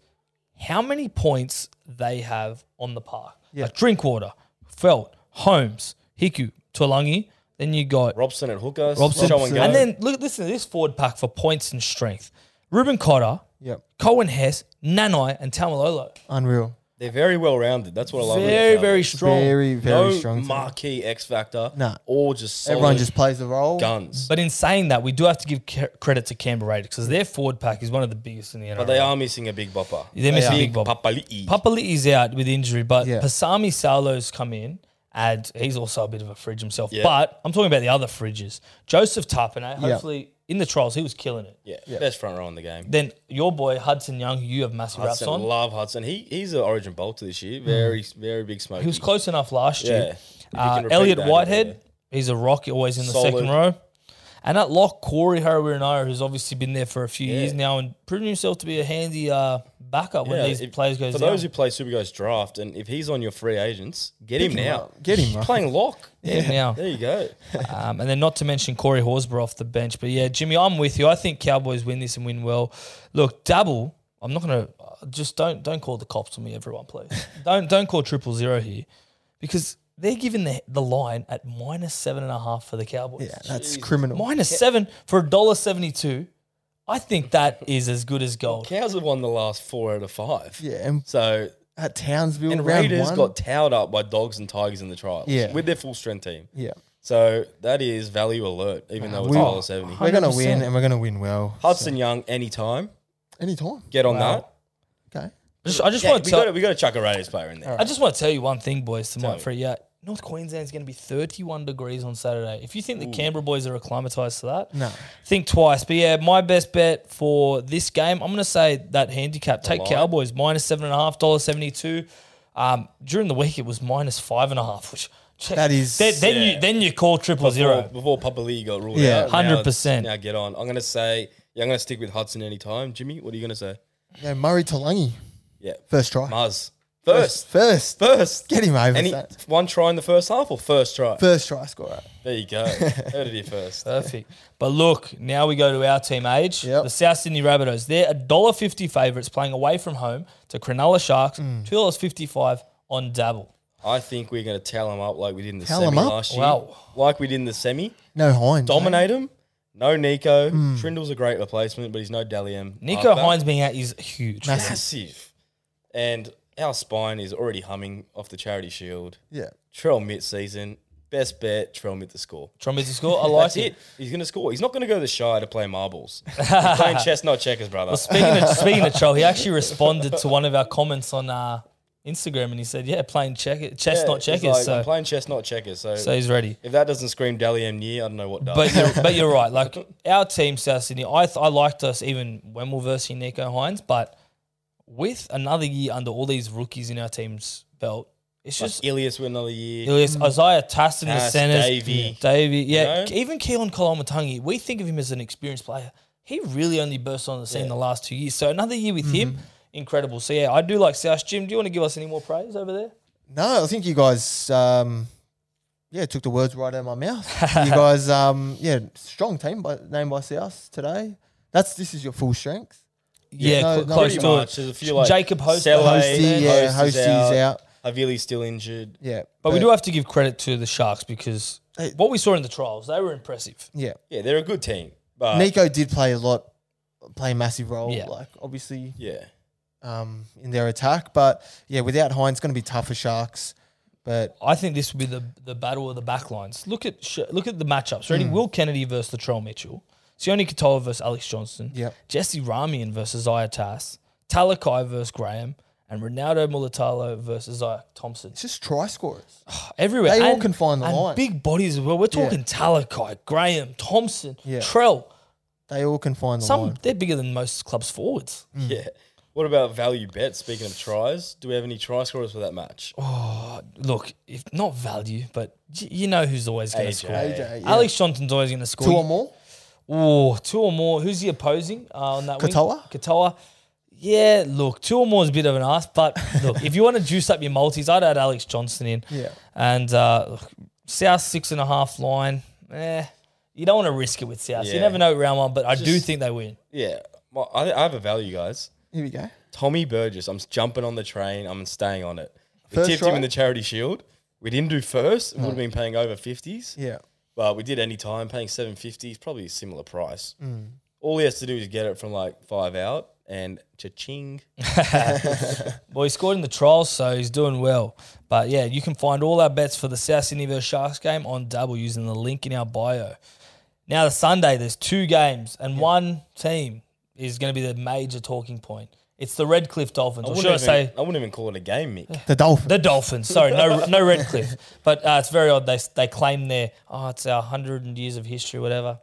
Speaker 1: how many points they have on the park.
Speaker 3: Yeah.
Speaker 1: Like Drinkwater, Felt, Holmes, Hiku, Tulangi. Then you got
Speaker 2: Robson at hooker,
Speaker 1: Robson,
Speaker 2: show and go.
Speaker 1: and then look, listen to this forward pack for points and strength: Ruben Cotter,
Speaker 3: Yep,
Speaker 1: Cohen Hess, Nanai, and Tamalolo.
Speaker 3: unreal.
Speaker 2: They're very well rounded. That's what I love. with the
Speaker 1: Very, very
Speaker 2: Cowboys.
Speaker 1: strong.
Speaker 3: Very, very
Speaker 2: no
Speaker 3: strong. team.
Speaker 2: marquee X factor.
Speaker 3: Nah.
Speaker 2: all just solid
Speaker 3: Everyone just plays the role.
Speaker 2: guns. But,
Speaker 1: But in saying that, we do have to give ca- credit to Canberra Raiders because their forward pack is one of the biggest in the NRL.
Speaker 2: they are missing a big bopper.
Speaker 1: They're missing Big
Speaker 2: Big
Speaker 1: Bob.
Speaker 2: Papali'i.
Speaker 1: Papali'i is out with injury, but
Speaker 3: Yeah.
Speaker 1: Pasami Salo's come in, and he's also a bit of a fridge himself.
Speaker 2: Yeah.
Speaker 1: But I'm talking about the other fridges. Joseph Tapane,
Speaker 3: Yeah.
Speaker 1: hopefully in the trials, he was killing it.
Speaker 2: yeah, best front row in the game.
Speaker 1: Then your boy Hudson Young, who you have massive raps
Speaker 2: Hudson,
Speaker 1: on,
Speaker 3: Hmm.
Speaker 2: love Hudson. He he's an Origin bolter this year. Very very big smoke.
Speaker 1: he was close enough last year.
Speaker 2: Yeah.
Speaker 1: Uh,
Speaker 2: can repeat
Speaker 1: Elliot
Speaker 2: that,
Speaker 1: Whitehead,
Speaker 2: yeah.
Speaker 1: he's a rock, always in the
Speaker 2: Solid.
Speaker 1: second row. And at lock, Corey Harawira, who's obviously been there for a few years now and proven himself to be a handy uh, backup when these
Speaker 2: if-
Speaker 1: players go
Speaker 2: For
Speaker 1: down.
Speaker 2: those who play Supercoach draft, and if he's on your free agents, get him now.
Speaker 3: up. Get him
Speaker 2: He's
Speaker 3: up.
Speaker 2: playing lock.
Speaker 1: Yeah, now.
Speaker 2: (laughs) There you go.
Speaker 1: Um, and then not to mention Corey Horsburgh off the bench. But yeah, Jimmy, I'm with you. I think Cowboys win this and win well. Look, double. I'm not gonna uh, just don't don't call the cops on me, everyone, please. (laughs) don't don't call triple zero here, because they're giving the the line at minus seven and a half for the Cowboys.
Speaker 3: Yeah, that's criminal.
Speaker 1: Minus seven for a dollar seventy two. I think that is as good as gold.
Speaker 2: Cows have won the last four out of five.
Speaker 3: Yeah, and
Speaker 2: So
Speaker 3: at Townsville,
Speaker 2: and
Speaker 3: round
Speaker 2: Raiders
Speaker 3: one.
Speaker 2: got towed up by Dogs and Tigers in the trials.
Speaker 3: Yeah.
Speaker 2: with their full strength team.
Speaker 3: yeah,
Speaker 2: So that is value alert, even though it's
Speaker 3: we-
Speaker 2: dollar seventy.
Speaker 3: we're gonna
Speaker 1: 100%.
Speaker 3: win, and we're gonna win well.
Speaker 2: Hudson Young, anytime,
Speaker 3: Anytime.
Speaker 2: get on
Speaker 1: Wow.
Speaker 2: that.
Speaker 3: Okay.
Speaker 1: Just- I just
Speaker 2: Yeah,
Speaker 1: want
Speaker 2: we
Speaker 1: to tell,
Speaker 2: got to we got to chuck a Raiders player in there.
Speaker 1: I just want to tell you one thing, boys. Tonight
Speaker 2: me.
Speaker 1: for yeah, North Queensland's going to be 31 degrees on Saturday. If you think the Canberra boys are acclimatized to that,
Speaker 3: No.
Speaker 1: think twice. But yeah, my best bet for this game, I'm going to say that handicap. Take
Speaker 2: line.
Speaker 1: Cowboys minus seven and a half dollar seventy two. Um, during the week it was minus five and a half, which
Speaker 3: That is-
Speaker 1: then, then
Speaker 2: Yeah.
Speaker 1: you then you call triple
Speaker 2: before,
Speaker 1: zero.
Speaker 2: before Papa Lee got ruled
Speaker 3: Yeah.
Speaker 2: out. now it's-
Speaker 1: 100%.
Speaker 2: Now get on. I'm going to say, yeah, I'm going to stick with Hudson anytime. Jimmy, what are you going to say?
Speaker 3: Yeah, Murray Talangi.
Speaker 2: Yeah.
Speaker 3: First try.
Speaker 2: Muzz. First.
Speaker 3: First.
Speaker 2: First.
Speaker 3: Get him over.
Speaker 2: Any,
Speaker 3: that.
Speaker 2: one try in the first half or first try?
Speaker 3: First try scorer.
Speaker 2: There you
Speaker 3: (laughs)
Speaker 2: go. Heard it here first.
Speaker 1: Perfect. But look, now we go to our team age.
Speaker 3: Yep.
Speaker 1: The South Sydney Rabbitohs. They're a dollar fifty favourites playing away from home to Cronulla Sharks,
Speaker 2: Mm.
Speaker 1: two dollars fifty five on Dabble.
Speaker 2: I think we're going to tell them up like we did in the
Speaker 3: Towel
Speaker 2: semi
Speaker 3: 'em up?
Speaker 2: last year.
Speaker 1: Wow.
Speaker 2: Like we did in the semi.
Speaker 3: No Hines.
Speaker 2: Dominate them. No Nico.
Speaker 3: Hmm.
Speaker 2: Trindle's a great replacement, but he's no Dalian.
Speaker 1: Nico Hines being out is huge.
Speaker 2: Massive. And our spine is already humming off the charity shield.
Speaker 3: Yeah.
Speaker 2: Trell mid season. Best bet, Trell mid the score.
Speaker 1: Trumpets to score. I like
Speaker 2: That's
Speaker 1: it.
Speaker 2: it. He's going to score. He's not going to go to the Shire to
Speaker 1: (laughs)
Speaker 2: play marbles. He's playing chess, not checkers, brother.
Speaker 1: Speaking
Speaker 2: (laughs)
Speaker 1: of, speaking of troll, he actually responded to one of our comments on uh, Instagram and he said, "Yeah, playing check- chess,
Speaker 2: Yeah,
Speaker 1: not
Speaker 2: he's
Speaker 1: checkers."
Speaker 2: like,
Speaker 1: so,
Speaker 2: I'm playing chess, not checkers. So,
Speaker 1: so he's ready.
Speaker 2: if that doesn't scream Dally M year, I don't know what does.
Speaker 1: But you're, but you're right. Like our team, South Sydney, I th- I liked us even when we were versing Nico Hines, but with another year under all these rookies in our team's belt, it's
Speaker 2: Like
Speaker 1: just
Speaker 2: (laughs) Ilias with another year.
Speaker 1: Ilias, Isaiah Tassin, the
Speaker 2: mm. Tass,
Speaker 1: centers,
Speaker 2: Davey.
Speaker 1: Davey, yeah,
Speaker 2: You know?
Speaker 1: even Keelan Kalamatangi. We think of him as an experienced player. He really only burst on the scene the last two years. So another year with
Speaker 2: Mm-hmm.
Speaker 1: him, incredible. So yeah, I do like South. Jim, do you want to give us any more praise over there?
Speaker 3: No, I think you guys, um, yeah, took the words right out of my
Speaker 2: (laughs)
Speaker 3: mouth. you guys, um, yeah, strong team by, named by South today. That's this is your full strength.
Speaker 1: Yeah,
Speaker 3: no,
Speaker 1: cl-
Speaker 3: no,
Speaker 1: close
Speaker 2: Pretty
Speaker 1: to
Speaker 2: much.
Speaker 1: it.
Speaker 2: There's a few like
Speaker 1: Jacob Host- Hosty,
Speaker 2: Host
Speaker 3: yeah,
Speaker 2: is
Speaker 3: Hosty's out.
Speaker 2: Havili's still injured.
Speaker 3: Yeah,
Speaker 1: But we do have to give credit to the Sharks because
Speaker 3: Hey.
Speaker 1: what we saw in the trials, they were impressive.
Speaker 3: yeah.
Speaker 2: Yeah, they're a good team. But
Speaker 3: Nico did play a lot, play a massive role.
Speaker 1: Uh, Yeah.
Speaker 3: Like obviously,
Speaker 2: yeah,
Speaker 3: um, in their attack. But yeah, without Hines, it's going to be tough for Sharks. But
Speaker 1: I think this will be the, the battle of the backlines. Look at sh- look at the matchups.
Speaker 3: Hmm.
Speaker 1: Ready, Will Kennedy versus Latrell Mitchell, Sione Katoa versus Alex Johnson,
Speaker 3: Yep.
Speaker 1: Jesse Ramian versus Iatas, Talakai versus Graham, and Ronaldo Mulatalo versus Isaac Thompson.
Speaker 3: it's just try scorers.
Speaker 1: Everywhere
Speaker 3: They all
Speaker 1: And-
Speaker 3: can find the
Speaker 1: and
Speaker 3: line.
Speaker 1: Big bodies as well. We're talking Talakai, Graham, Thompson,
Speaker 3: Yeah.
Speaker 1: Trell.
Speaker 3: They all can find the
Speaker 1: Some
Speaker 3: line. Hmm.
Speaker 1: they're bigger than most clubs forwards.
Speaker 2: yeah. What about value bet? Speaking of tries, do we have any try scorers for that match?
Speaker 1: Oh. Look, if not value, but y- you know who's always going to
Speaker 2: AJ.
Speaker 1: score.
Speaker 3: AJ, yeah.
Speaker 1: Alex Johnson's always going to score.
Speaker 3: two or more.
Speaker 1: Ooh, two or more. Who's he opposing uh, on that wing?
Speaker 3: Katoa?
Speaker 1: Katoa. Yeah, look, two or more is a bit of an ass, but (laughs) look, if you want to juice up your multis, I'd add Alex Johnson in.
Speaker 3: Yeah.
Speaker 1: And uh, look, South six and a half line, eh, you don't want to risk it with South. You
Speaker 2: Yeah.
Speaker 1: never know round one, but I do
Speaker 2: Just-
Speaker 1: think they win.
Speaker 2: Yeah, well, I, I have a value, guys.
Speaker 3: Here we go.
Speaker 2: Tommy Burgess. I'm jumping on the train. I'm staying on it. We
Speaker 3: First
Speaker 2: tipped him
Speaker 3: try?
Speaker 2: in the charity shield. We didn't do first.
Speaker 1: Hmm.
Speaker 2: We would have been paying over fifties.
Speaker 3: Yeah,
Speaker 2: But we did any time paying seven fifty. It's probably a similar price.
Speaker 3: Mm.
Speaker 2: All he has to do is get it from like five out and cha-ching.
Speaker 1: Well, he scored in the trials, so he's doing well. But yeah, you can find all our bets for the South Sydney vs Sharks game on double using the link in our bio. Now, the Sunday, there's two games, and one team is going to be the major talking point. It's the Redcliffe Dolphins. Or should I
Speaker 2: wouldn't even-
Speaker 1: say
Speaker 2: I wouldn't even call it a game, Mick.
Speaker 3: the Dolphins.
Speaker 1: the Dolphins? Sorry, no, (laughs) no Redcliffe. But uh, it's very odd. They they claim their oh, it's our hundred and years of history, whatever.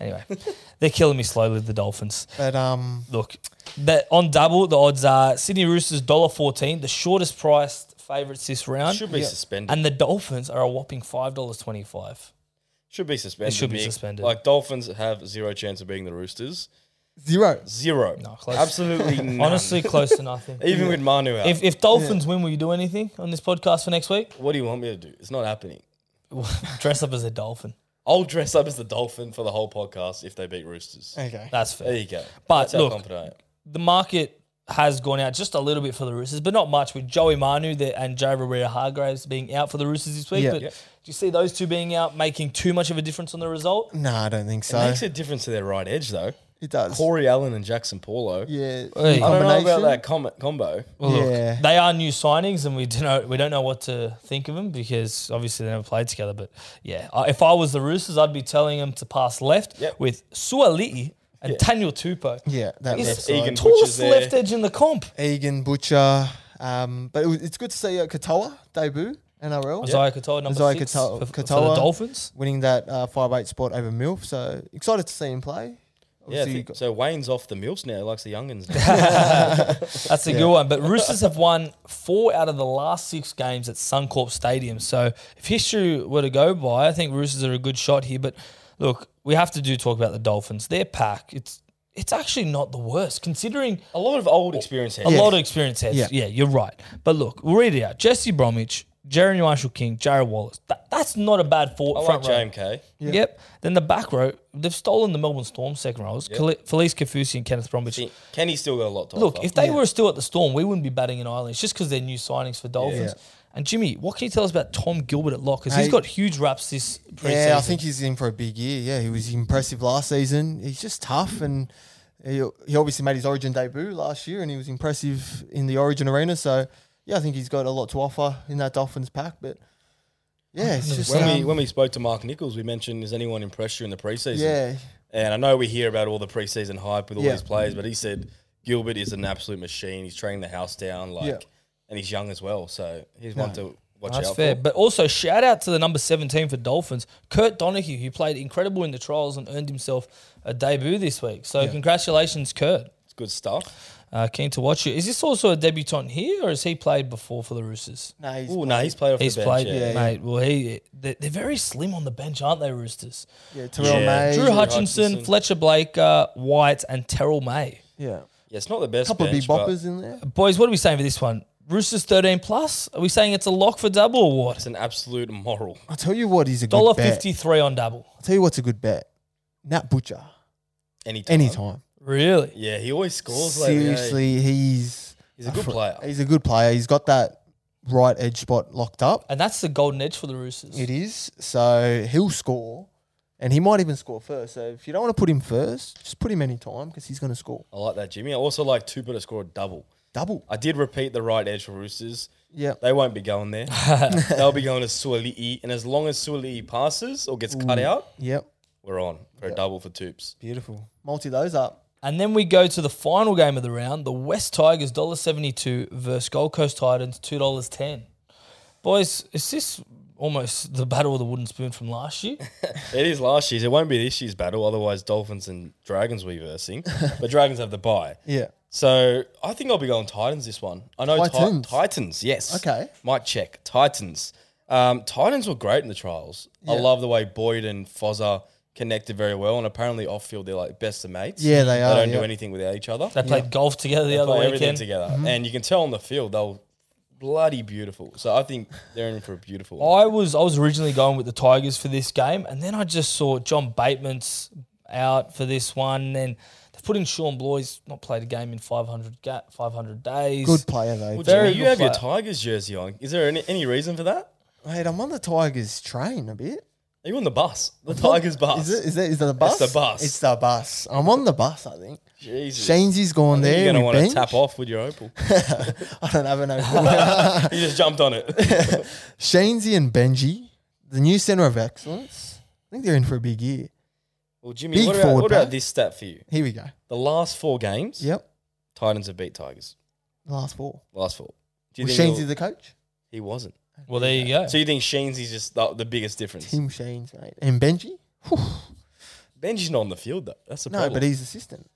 Speaker 1: Anyway, (laughs) they're killing me slowly. The Dolphins
Speaker 3: but um,
Speaker 1: look, that on double the odds are Sydney Roosters dollar fourteen, the shortest priced favourites this round.
Speaker 2: Should be suspended.
Speaker 1: And the Dolphins are a whopping five dollars twenty-five.
Speaker 2: should be suspended.
Speaker 1: It should be
Speaker 2: Mick.
Speaker 1: suspended.
Speaker 2: Like Dolphins have zero chance of beating the Roosters.
Speaker 3: Zero.
Speaker 2: Zero.
Speaker 1: No, close. (laughs)
Speaker 2: Absolutely none.
Speaker 1: Honestly, close to
Speaker 3: (laughs)
Speaker 1: nothing.
Speaker 2: even with Manu out.
Speaker 1: If, if Dolphins win, will you do anything on this podcast for next week? (laughs)
Speaker 2: what do you want me to do? It's not happening.
Speaker 1: Dress up as a dolphin.
Speaker 2: I'll dress up as the Dolphin for the whole podcast if they beat Roosters.
Speaker 3: Okay.
Speaker 1: That's
Speaker 2: There
Speaker 1: fair.
Speaker 2: you go.
Speaker 1: But
Speaker 2: That's how
Speaker 1: look-
Speaker 2: confident I am.
Speaker 1: The market has gone out just a little bit for the Roosters, but not much with Joey Manu there and Joe Rivera Hargraves being out for the Roosters this week.
Speaker 3: Yeah.
Speaker 1: But
Speaker 3: Yeah.
Speaker 1: do you see those two being out making too much of a difference on the result?
Speaker 3: No, I don't think so.
Speaker 2: It makes a difference to their right edge though.
Speaker 3: It does.
Speaker 2: Corey Allen and Jackson Paulo.
Speaker 3: Yeah.
Speaker 1: Hey.
Speaker 2: I don't know about
Speaker 3: combination.
Speaker 2: that com- combo.
Speaker 3: yeah.
Speaker 1: They are new signings, and we don't know we don't know what to think of them because obviously they never played together. But yeah, I- if I was the Roosters, I'd be telling them to pass left
Speaker 2: Yep.
Speaker 1: with Suali'i and Daniel Tupo.
Speaker 3: yeah, that
Speaker 1: He's
Speaker 3: left
Speaker 1: the
Speaker 3: side.
Speaker 2: Egan
Speaker 1: tallest
Speaker 2: Butcher's there.
Speaker 1: left edge in the comp.
Speaker 3: Egan Butcher. Um, but it was, it's good to see uh, Katoa debut NRL.
Speaker 1: Isaiah Katoa, number
Speaker 3: Isaiah
Speaker 1: six
Speaker 3: Katoa-
Speaker 1: for, for the
Speaker 3: Katoa.
Speaker 1: Dolphins.
Speaker 3: Winning that uh, five eight spot over Milf. So excited to see him play.
Speaker 2: Yeah, I
Speaker 3: Obviously,
Speaker 2: think-
Speaker 3: got-
Speaker 2: so Wayne's off the mills now. He likes the youngins. Now.
Speaker 1: That's a good one. But Roosters have won four out of the last six games at Suncorp Stadium. So if history were to go by, I think Roosters are a good shot here. But look, we have to do talk about the Dolphins. Their pack, it's it's actually not the worst considering
Speaker 2: a lot of old experience here.
Speaker 1: a lot of experience heads. Yeah.
Speaker 3: Yeah.
Speaker 1: you're right. But look, we'll read it out. Jesse Bromwich, Jeremy Marshall King, Jared Wallace. That, that's not a bad four,
Speaker 2: I like
Speaker 1: front row.
Speaker 2: JMK.
Speaker 1: Yep. Then the back row, they've stolen the Melbourne Storm second rows. Cali- Felice Kafusi and Kenneth Bromwich.
Speaker 2: See, Kenny's still got a lot to
Speaker 1: Look,
Speaker 2: offer.
Speaker 1: if they were still at the Storm, we wouldn't be batting in Ireland. It's just because they're new signings for Dolphins. And Jimmy, what can you tell us about Tom Gilbert at lock? Because he's
Speaker 3: Hey.
Speaker 1: got huge raps this preseason.
Speaker 3: Yeah, I think he's in for a big year. Yeah, he was impressive last season. He's just tough and he, he obviously made his origin debut last year and he was impressive in the origin arena. So, yeah, I think he's got a lot to offer in that Dolphins pack. But, yeah, it's just.
Speaker 2: when we
Speaker 3: um,
Speaker 2: when we spoke to Mark Nichols, we mentioned is anyone in pressure in the preseason?
Speaker 3: yeah,
Speaker 2: And I know we hear about all the preseason hype with all
Speaker 3: Yeah.
Speaker 2: these players, but he said Gilbert is an absolute machine. He's training the house down, like,
Speaker 3: Yeah.
Speaker 2: and he's young as well, so he's one to watch
Speaker 1: That's
Speaker 2: out
Speaker 1: fair.
Speaker 2: for.
Speaker 1: But also, shout out to the number 17 for Dolphins, Kurt Donahue, who played incredible in the trials and earned himself a debut this week. So, congratulations, Kurt.
Speaker 2: It's good stuff.
Speaker 1: Uh, keen to watch you. Is this also a debutant here, or has he played before for the Roosters?
Speaker 3: no, he's,
Speaker 2: Oh no, he's played off
Speaker 1: He's
Speaker 2: the bench.
Speaker 1: played,
Speaker 2: yeah.
Speaker 3: yeah.
Speaker 1: mate. Well, he they're, they're very slim on the bench, aren't they, Roosters?
Speaker 3: yeah, Terrell
Speaker 2: Yeah.
Speaker 3: May.
Speaker 1: Drew
Speaker 2: Drew
Speaker 1: Hutchinson,
Speaker 2: Hutchinson.
Speaker 1: Fletcher Blake, uh, White, and Terrell May.
Speaker 3: Yeah.
Speaker 2: Yeah, it's not the best.
Speaker 3: couple
Speaker 2: bench,
Speaker 3: of big
Speaker 2: but
Speaker 3: boppers in there.
Speaker 1: Boys, what are we saying for this one? Roosters 13 plus? Are we saying it's a lock for double or what?
Speaker 2: It's an absolute moral. (laughs)
Speaker 3: I'll tell you what, he's a good bet.
Speaker 1: $1.53 on double.
Speaker 3: I'll tell you what's a good bet. Nat Butcher.
Speaker 2: Anytime.
Speaker 3: Anytime.
Speaker 1: Really?
Speaker 2: Yeah, he always scores. lately, eh?
Speaker 3: Seriously, he's
Speaker 2: he's a good player.
Speaker 3: he's a good player. He's got that right edge spot locked up.
Speaker 1: And that's the golden edge for the Roosters.
Speaker 3: It is. So he'll score. And he might even score first. So if you don't want to put him first, just put him anytime because he's going to score.
Speaker 2: I like that, Jimmy. I also like Tupa to score a double.
Speaker 3: Double.
Speaker 2: I did repeat the right edge for Roosters.
Speaker 3: Yeah.
Speaker 2: They won't be going
Speaker 3: (laughs)
Speaker 2: there. They'll be going to Suoli'i, and as long as Suoli'i passes or gets cut out,
Speaker 3: Yep.
Speaker 2: we're on for a double for Toops.
Speaker 3: Beautiful. Multi those up.
Speaker 1: And then we go to the final game of the round, the West Tigers $1.72 versus Gold Coast Titans $2.10. Boys, is this almost the battle of the wooden spoon from last year?
Speaker 2: It is last year's. It won't be this year's battle. Otherwise, Dolphins and Dragons will be
Speaker 3: (laughs)
Speaker 2: versing. but Dragons have the bye.
Speaker 3: Yeah.
Speaker 2: So I think I'll be going Titans this one. I know Ti-
Speaker 3: Titans?
Speaker 2: Titans yes.
Speaker 3: Okay.
Speaker 2: Might check. Titans. Um, Titans were great in the trials. I love the way Boyd and Fozza connected very well. And apparently, off field, they're like best of mates.
Speaker 3: Yeah, they are,
Speaker 2: They don't
Speaker 3: yeah.
Speaker 2: do anything without each (laughs) other.
Speaker 1: They played golf together the
Speaker 2: They play
Speaker 1: other
Speaker 2: everything
Speaker 1: weekend.
Speaker 2: together.
Speaker 3: Mm-hmm.
Speaker 2: And you can tell on the field, they're bloody beautiful. So I think they're in for a beautiful one.
Speaker 1: I was I was originally going with the Tigers for this game, and then I just saw John Bateman's out for this one. And then they've put in Sean Bloy. He's not played a game in 500, ga- 500 days.
Speaker 3: Good player, though.
Speaker 2: Well,
Speaker 1: Very
Speaker 2: Jimmy, you
Speaker 1: good
Speaker 2: have your
Speaker 1: player.
Speaker 2: Tigers jersey on. Is there any, any reason for that?
Speaker 3: Mate, I'm on the Tigers train a bit.
Speaker 2: Are you on the bus? The Tigers bus.
Speaker 3: Is it? Is that? Is that the bus?
Speaker 2: the bus.
Speaker 3: It's the bus. I'm on the bus. I think.
Speaker 2: Jesus.
Speaker 3: Shainesy's gone
Speaker 2: I think
Speaker 3: there.
Speaker 2: You're gonna
Speaker 3: we
Speaker 2: want
Speaker 3: bench.
Speaker 2: to tap off with your opal.
Speaker 3: (laughs) I don't have
Speaker 2: (laughs)
Speaker 3: an open.
Speaker 2: you just jumped on
Speaker 3: (laughs)
Speaker 2: it.
Speaker 3: Shainesy and Benji, the new center of excellence. I think they're in for a big year.
Speaker 2: Well, Jimmy,
Speaker 3: Big
Speaker 2: what, about,
Speaker 3: forward
Speaker 2: what about
Speaker 3: pack.
Speaker 2: this stat for you?
Speaker 3: Here we go.
Speaker 2: The last four games,
Speaker 3: Yep.
Speaker 2: Titans have beat Tigers.
Speaker 3: The last four.
Speaker 2: Last four. Do you
Speaker 3: Was
Speaker 2: think
Speaker 3: Shainesy
Speaker 2: he'll-
Speaker 3: the coach?
Speaker 2: he wasn't?
Speaker 1: Well, there you go.
Speaker 2: So you think Shainesy's just the, the biggest difference?
Speaker 3: Team Shane's mate. And Benji? Whew.
Speaker 2: Benji's not on the field though. That's the
Speaker 3: No,
Speaker 2: problem.
Speaker 3: but he's assistant.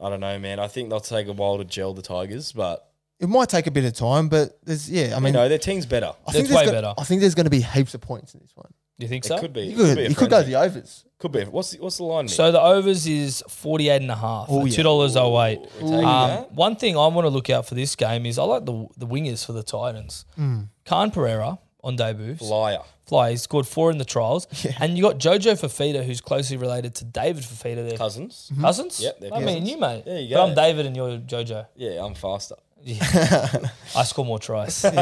Speaker 2: I don't know, man. I think they'll take a while to gel the Tigers, but
Speaker 3: It It might take a bit of time, but there's yeah. I
Speaker 2: You
Speaker 3: mean, Oh,
Speaker 2: know, their team's better.
Speaker 3: I
Speaker 1: That's
Speaker 3: think there's
Speaker 1: way
Speaker 3: gonna-
Speaker 1: better.
Speaker 3: I think there's going to be heaps of points in this one.
Speaker 1: Do you think
Speaker 2: It
Speaker 1: so?
Speaker 2: could be.
Speaker 3: You
Speaker 2: it could
Speaker 3: could
Speaker 2: be. a
Speaker 3: you could go
Speaker 2: friendly.
Speaker 3: the overs.
Speaker 2: Could be. What's the, what's the line? Nick?
Speaker 1: So the overs is 48 and a half,
Speaker 3: Oh,
Speaker 1: at
Speaker 3: yeah.
Speaker 1: $2.08.
Speaker 2: We're taking
Speaker 1: Um,
Speaker 2: that.
Speaker 1: one thing I want to look out for this game is I like the the wingers for the Titans.
Speaker 3: Mm.
Speaker 1: Khan Pereira on debut,
Speaker 2: Liar.
Speaker 1: fly, he scored four in the
Speaker 3: (laughs)
Speaker 1: trials, and you got Jojo Fafita, who's closely related to David Fafita. Their
Speaker 2: Cousins.
Speaker 3: Mm-hmm.
Speaker 1: cousins.
Speaker 2: Yep, they're
Speaker 1: I mean
Speaker 2: cousins.
Speaker 1: you, mate.
Speaker 2: There you
Speaker 1: But
Speaker 2: go.
Speaker 1: I'm David, and you're Jojo.
Speaker 2: Yeah, I'm faster.
Speaker 1: I score more tries.
Speaker 2: (laughs)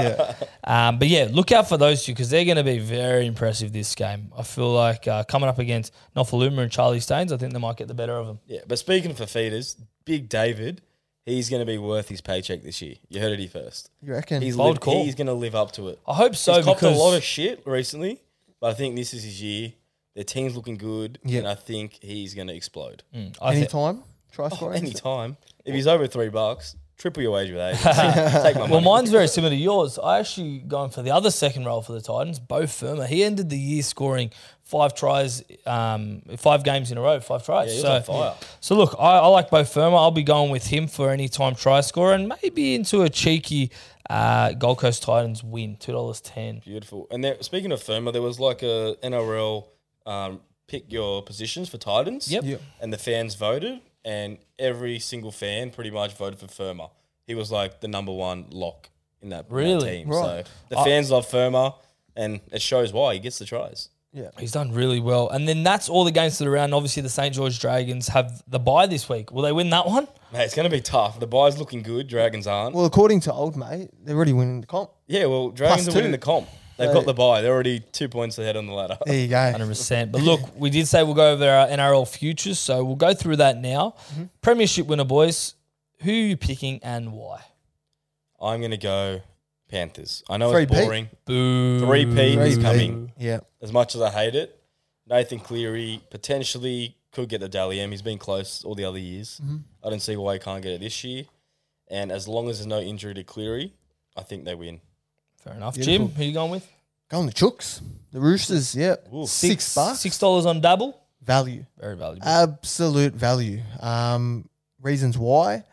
Speaker 1: Um, but yeah, look out for those two because they're going to be very impressive this game. I feel like uh, coming up against Nofaluma and Charlie Staines, I think they might get the better of them.
Speaker 2: Yeah, but speaking for feeders, Big David, he's going to be worth his paycheck this year. You heard it here first.
Speaker 3: You reckon?
Speaker 2: He's
Speaker 1: Bold
Speaker 2: lived-
Speaker 1: call.
Speaker 2: He's going to live up to it.
Speaker 1: I hope so
Speaker 2: he's copped a
Speaker 1: because
Speaker 2: lot of shit recently, but I think this is his year. Their team's looking good,
Speaker 3: Yeah.
Speaker 2: and I think he's going to explode
Speaker 1: I think-
Speaker 3: Anytime try scoring.
Speaker 2: any time. If he's over three bucks, triple your wage with agents.
Speaker 1: (laughs)
Speaker 2: Take my money.
Speaker 1: Well, mine's very similar to yours. I actually going for the other second role for the Titans, Bo Firma. He ended the year scoring five tries, um, five games in a row, five tries.
Speaker 2: Yeah, he was
Speaker 1: so,
Speaker 2: on fire.
Speaker 1: so look, I, I like Bo Firma. I'll be going with him for any time try scorer and maybe into a cheeky uh, Gold Coast Titans win, two dollars ten.
Speaker 2: Beautiful. And there, speaking of Firma, there was like a NRL um, pick your positions for Titans.
Speaker 1: Yep. Yep.
Speaker 2: And the fans voted, and every single fan pretty much voted for Firma. He was like the number one lock in that, in that
Speaker 1: Really?
Speaker 2: team. So
Speaker 3: Right.
Speaker 2: the fans love Firma, and it shows why he gets the tries.
Speaker 1: He's done really well. And then that's all the games that are around. Obviously, the St George Dragons have the bye this week. Will they win that one?
Speaker 2: Mate, it's going to be tough. The buy's looking good. Dragons aren't.
Speaker 3: Well, according to old mate, they're already winning the comp.
Speaker 2: yeah, well, Dragons are
Speaker 3: two.
Speaker 2: winning the comp. They've
Speaker 3: They-
Speaker 2: got the buy. They're already two points ahead on the ladder. (laughs)
Speaker 3: There you go.
Speaker 1: Hundred percent. But look, we did say we'll go over our NRL futures, so we'll go through that now.
Speaker 3: Mm-hmm.
Speaker 1: Premiership winner, boys. Who are you picking and why?
Speaker 2: I'm going to go Panthers. I know it's
Speaker 3: Three-peat.
Speaker 2: boring.
Speaker 1: Boo.
Speaker 2: Three P is
Speaker 3: Three-peat.
Speaker 2: coming.
Speaker 3: Yeah.
Speaker 2: as much as I hate it, Nathan Cleary potentially could get the Dally M. He's been close all the other years.
Speaker 3: Mm-hmm.
Speaker 2: I don't see why he can't get it this year. And as long as there's no injury to Cleary, I think they win.
Speaker 1: Fair enough.
Speaker 3: Beautiful.
Speaker 1: Jim, who you going with?
Speaker 3: Go on the Chooks. The Roosters, yeah. Six, bucks. Uh,
Speaker 1: Six dollars on double.
Speaker 3: value.
Speaker 1: Very valuable.
Speaker 3: Absolute value. Um, reasons why.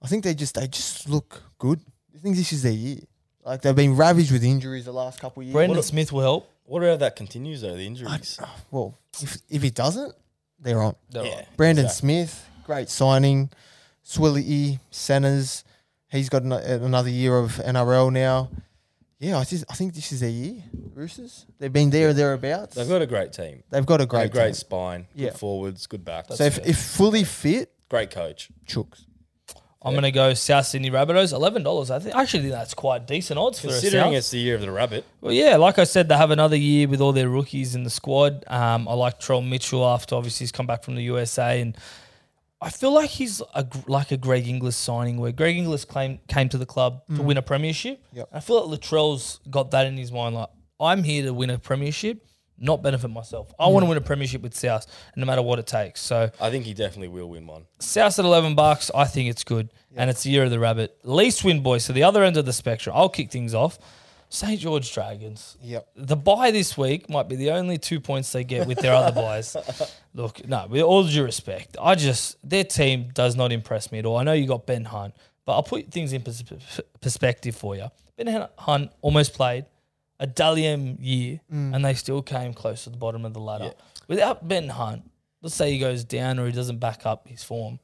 Speaker 3: I think they just they just look good. I think this is their year. Like they've been ravaged with injuries the last couple of years.
Speaker 1: Brendan Smith will help.
Speaker 2: What about that continues though? The injuries.
Speaker 3: Well, if, if it doesn't, they're on.
Speaker 1: They're
Speaker 2: Yeah.
Speaker 1: right.
Speaker 3: Brandon Smith, great signing. Swilly E, Senners, he's got an, another year of NRL now. Yeah, I, just, I think this is their year, Roosters. They've been there or thereabouts.
Speaker 2: They've got a great team.
Speaker 3: a great,
Speaker 2: Great, great
Speaker 3: team.
Speaker 2: spine.
Speaker 3: Yeah.
Speaker 2: Good forwards. Good backs.
Speaker 3: So if, if fully fit,
Speaker 2: great coach.
Speaker 3: chooks.
Speaker 1: I'm gonna go South Sydney Rabbitohs. Eleven dollars. I think actually that's quite decent odds for a
Speaker 2: Considering
Speaker 1: South.
Speaker 2: it's the year of the rabbit,
Speaker 1: Well, yeah, like I said, they have another year with all their rookies in the squad. Um, I like Trell Mitchell after obviously he's come back from the USA, and I feel like he's a, gr- like a Greg Inglis signing where Greg Inglis claim, came to the club
Speaker 2: Mm.
Speaker 1: to win a premiership.
Speaker 3: Yep.
Speaker 1: I feel like Latrell's got that in his mind. Like I'm here to win a premiership, not benefit myself.
Speaker 2: Mm.
Speaker 1: I want to win a premiership with South, no matter what it takes. So
Speaker 2: I think he definitely will win one.
Speaker 1: South at 11 bucks, I think it's good. And it's the year of the rabbit. Least win, boys. So the other end of the spectrum, I'll kick things off. St. George Dragons.
Speaker 3: Yep.
Speaker 1: The buy this week might be the only two points they get with their
Speaker 2: (laughs)
Speaker 1: other buys. Look, no, with all due respect, I just, their team does not impress me at all. I know you got Ben Hunt, but I'll put things in pers- perspective for you. Ben Hunt almost played a Dalian year
Speaker 2: Mm.
Speaker 1: and they still came close to the bottom of the ladder. Without Ben Hunt, let's say he goes down or he doesn't back up his form,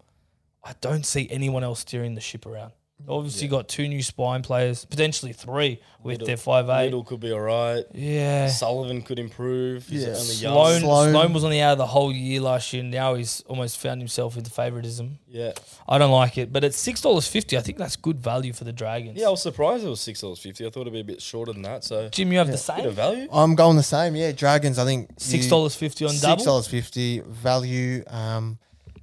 Speaker 1: I don't see anyone else steering the ship around. Obviously, got two new spine players, potentially three with their five eight.
Speaker 2: Middle could be all right.
Speaker 1: Yeah,
Speaker 2: Sullivan could improve. He's
Speaker 3: Yeah.
Speaker 2: only young.
Speaker 1: Sloan,
Speaker 3: Sloan.
Speaker 1: Sloan. was on the out of the whole year last year. and Now he's almost found himself into favoritism.
Speaker 2: Yeah.
Speaker 1: I don't like it, but at six dollars fifty, I think that's good value for the Dragons.
Speaker 2: Yeah, I was surprised it was six dollars fifty. I thought it'd be a bit shorter than that. So
Speaker 1: Jim, you have the
Speaker 2: bit of
Speaker 1: same
Speaker 2: value.
Speaker 3: I'm going the same. Yeah, Dragons, I think. you-
Speaker 1: six dollars fifty on double.
Speaker 3: $6.50 value. Um,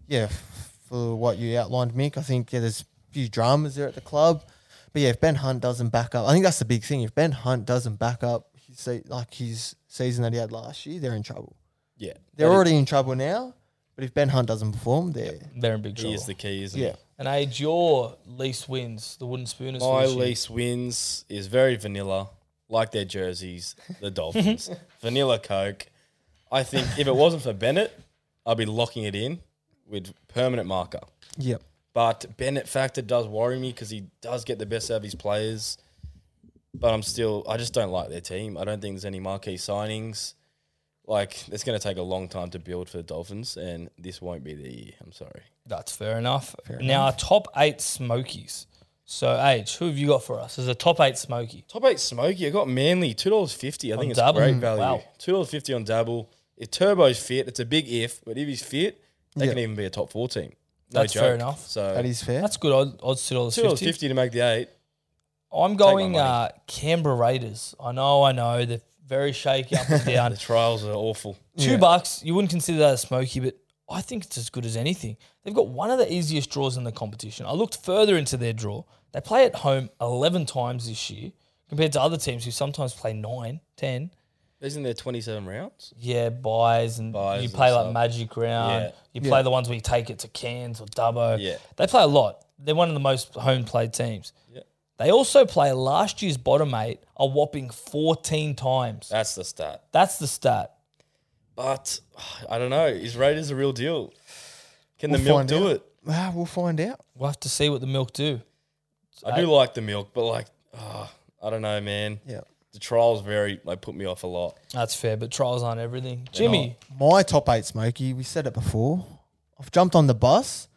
Speaker 3: yeah, f- for what you outlined, Mick, I think yeah, there's a few dramas there at the club. But yeah, if Ben Hunt doesn't back up, I think that's the big thing. If Ben Hunt doesn't back up his, se- like his season that he had last year, they're in trouble.
Speaker 2: Yeah,
Speaker 3: They're
Speaker 2: That is-
Speaker 3: already in trouble now. But if Ben Hunt doesn't perform, they're
Speaker 1: They're in big trouble.
Speaker 2: He is the key, isn't
Speaker 3: yeah.
Speaker 1: And age your least wins the wooden spoon is
Speaker 2: he? My
Speaker 1: for this year.
Speaker 2: lease wins is very vanilla, like their jerseys,
Speaker 1: (laughs)
Speaker 2: the Dolphins. vanilla Coke. I think if it wasn't for Bennett, I'd be locking it in with permanent marker.
Speaker 3: Yep.
Speaker 2: But Bennett factor does worry me because he does get the best out of his players. But I'm still, I just don't like their team. I don't think there's any marquee signings. Like, it's going to take a long time to build for the Dolphins, and this won't be the year. I'm sorry.
Speaker 1: That's fair enough. now, our top eight smokies. So, H, who have you got for us as a top eight smoky?
Speaker 2: Top eight Smokey, I got Manly two dollars fifty. I think it's
Speaker 1: Dabble?
Speaker 2: great
Speaker 1: Mm,
Speaker 2: value.
Speaker 1: wow.
Speaker 2: Two dollars fifty on Dabble. If Turbo's fit, it's a big if, but if he's fit, they
Speaker 3: Yeah.
Speaker 2: can even be a top four team. No
Speaker 1: That's
Speaker 2: joke.
Speaker 1: fair enough.
Speaker 2: So
Speaker 3: That is fair.
Speaker 1: That's good odd- odds two dollars
Speaker 2: two dollars
Speaker 1: fifty.
Speaker 2: fifty to make the eight.
Speaker 1: I'm going
Speaker 2: money.
Speaker 1: uh, Canberra Raiders. I know, I know, they're very shaky up
Speaker 2: (laughs)
Speaker 1: and down.
Speaker 2: The trials are awful.
Speaker 1: Two bucks, you wouldn't consider that a smoky, but I think it's as good as anything. They've got one of the easiest draws in the competition. I looked further into their draw. They play at home 11 times this year compared to other teams who sometimes play 9, 10.
Speaker 2: Isn't there twenty seven rounds?
Speaker 1: Yeah, buys and
Speaker 2: Buys
Speaker 1: you
Speaker 2: and
Speaker 1: play like
Speaker 2: stuff.
Speaker 1: Magic Round.
Speaker 2: Yeah.
Speaker 1: You play the ones where you take it to Cairns or Dubbo.
Speaker 2: Yeah.
Speaker 1: They play a lot. They're one of the most home played teams. They also play last year's bottom eight a whopping 14 times.
Speaker 2: That's the stat.
Speaker 1: That's the stat.
Speaker 2: But (sighs) I don't know. Is Raiders a real deal? Can the
Speaker 3: We'll
Speaker 2: milk
Speaker 3: find
Speaker 2: do
Speaker 3: out.
Speaker 2: it?
Speaker 3: Ah, we'll find out.
Speaker 1: We'll have to see what the milk do.
Speaker 2: I do like the milk, but like, ah, I don't know, man.
Speaker 3: Yeah.
Speaker 2: The trials very like put me off a lot.
Speaker 1: That's fair, but trials aren't everything. Jimmy,
Speaker 3: My top eight, Smokey. We said it before. I've jumped on the bus.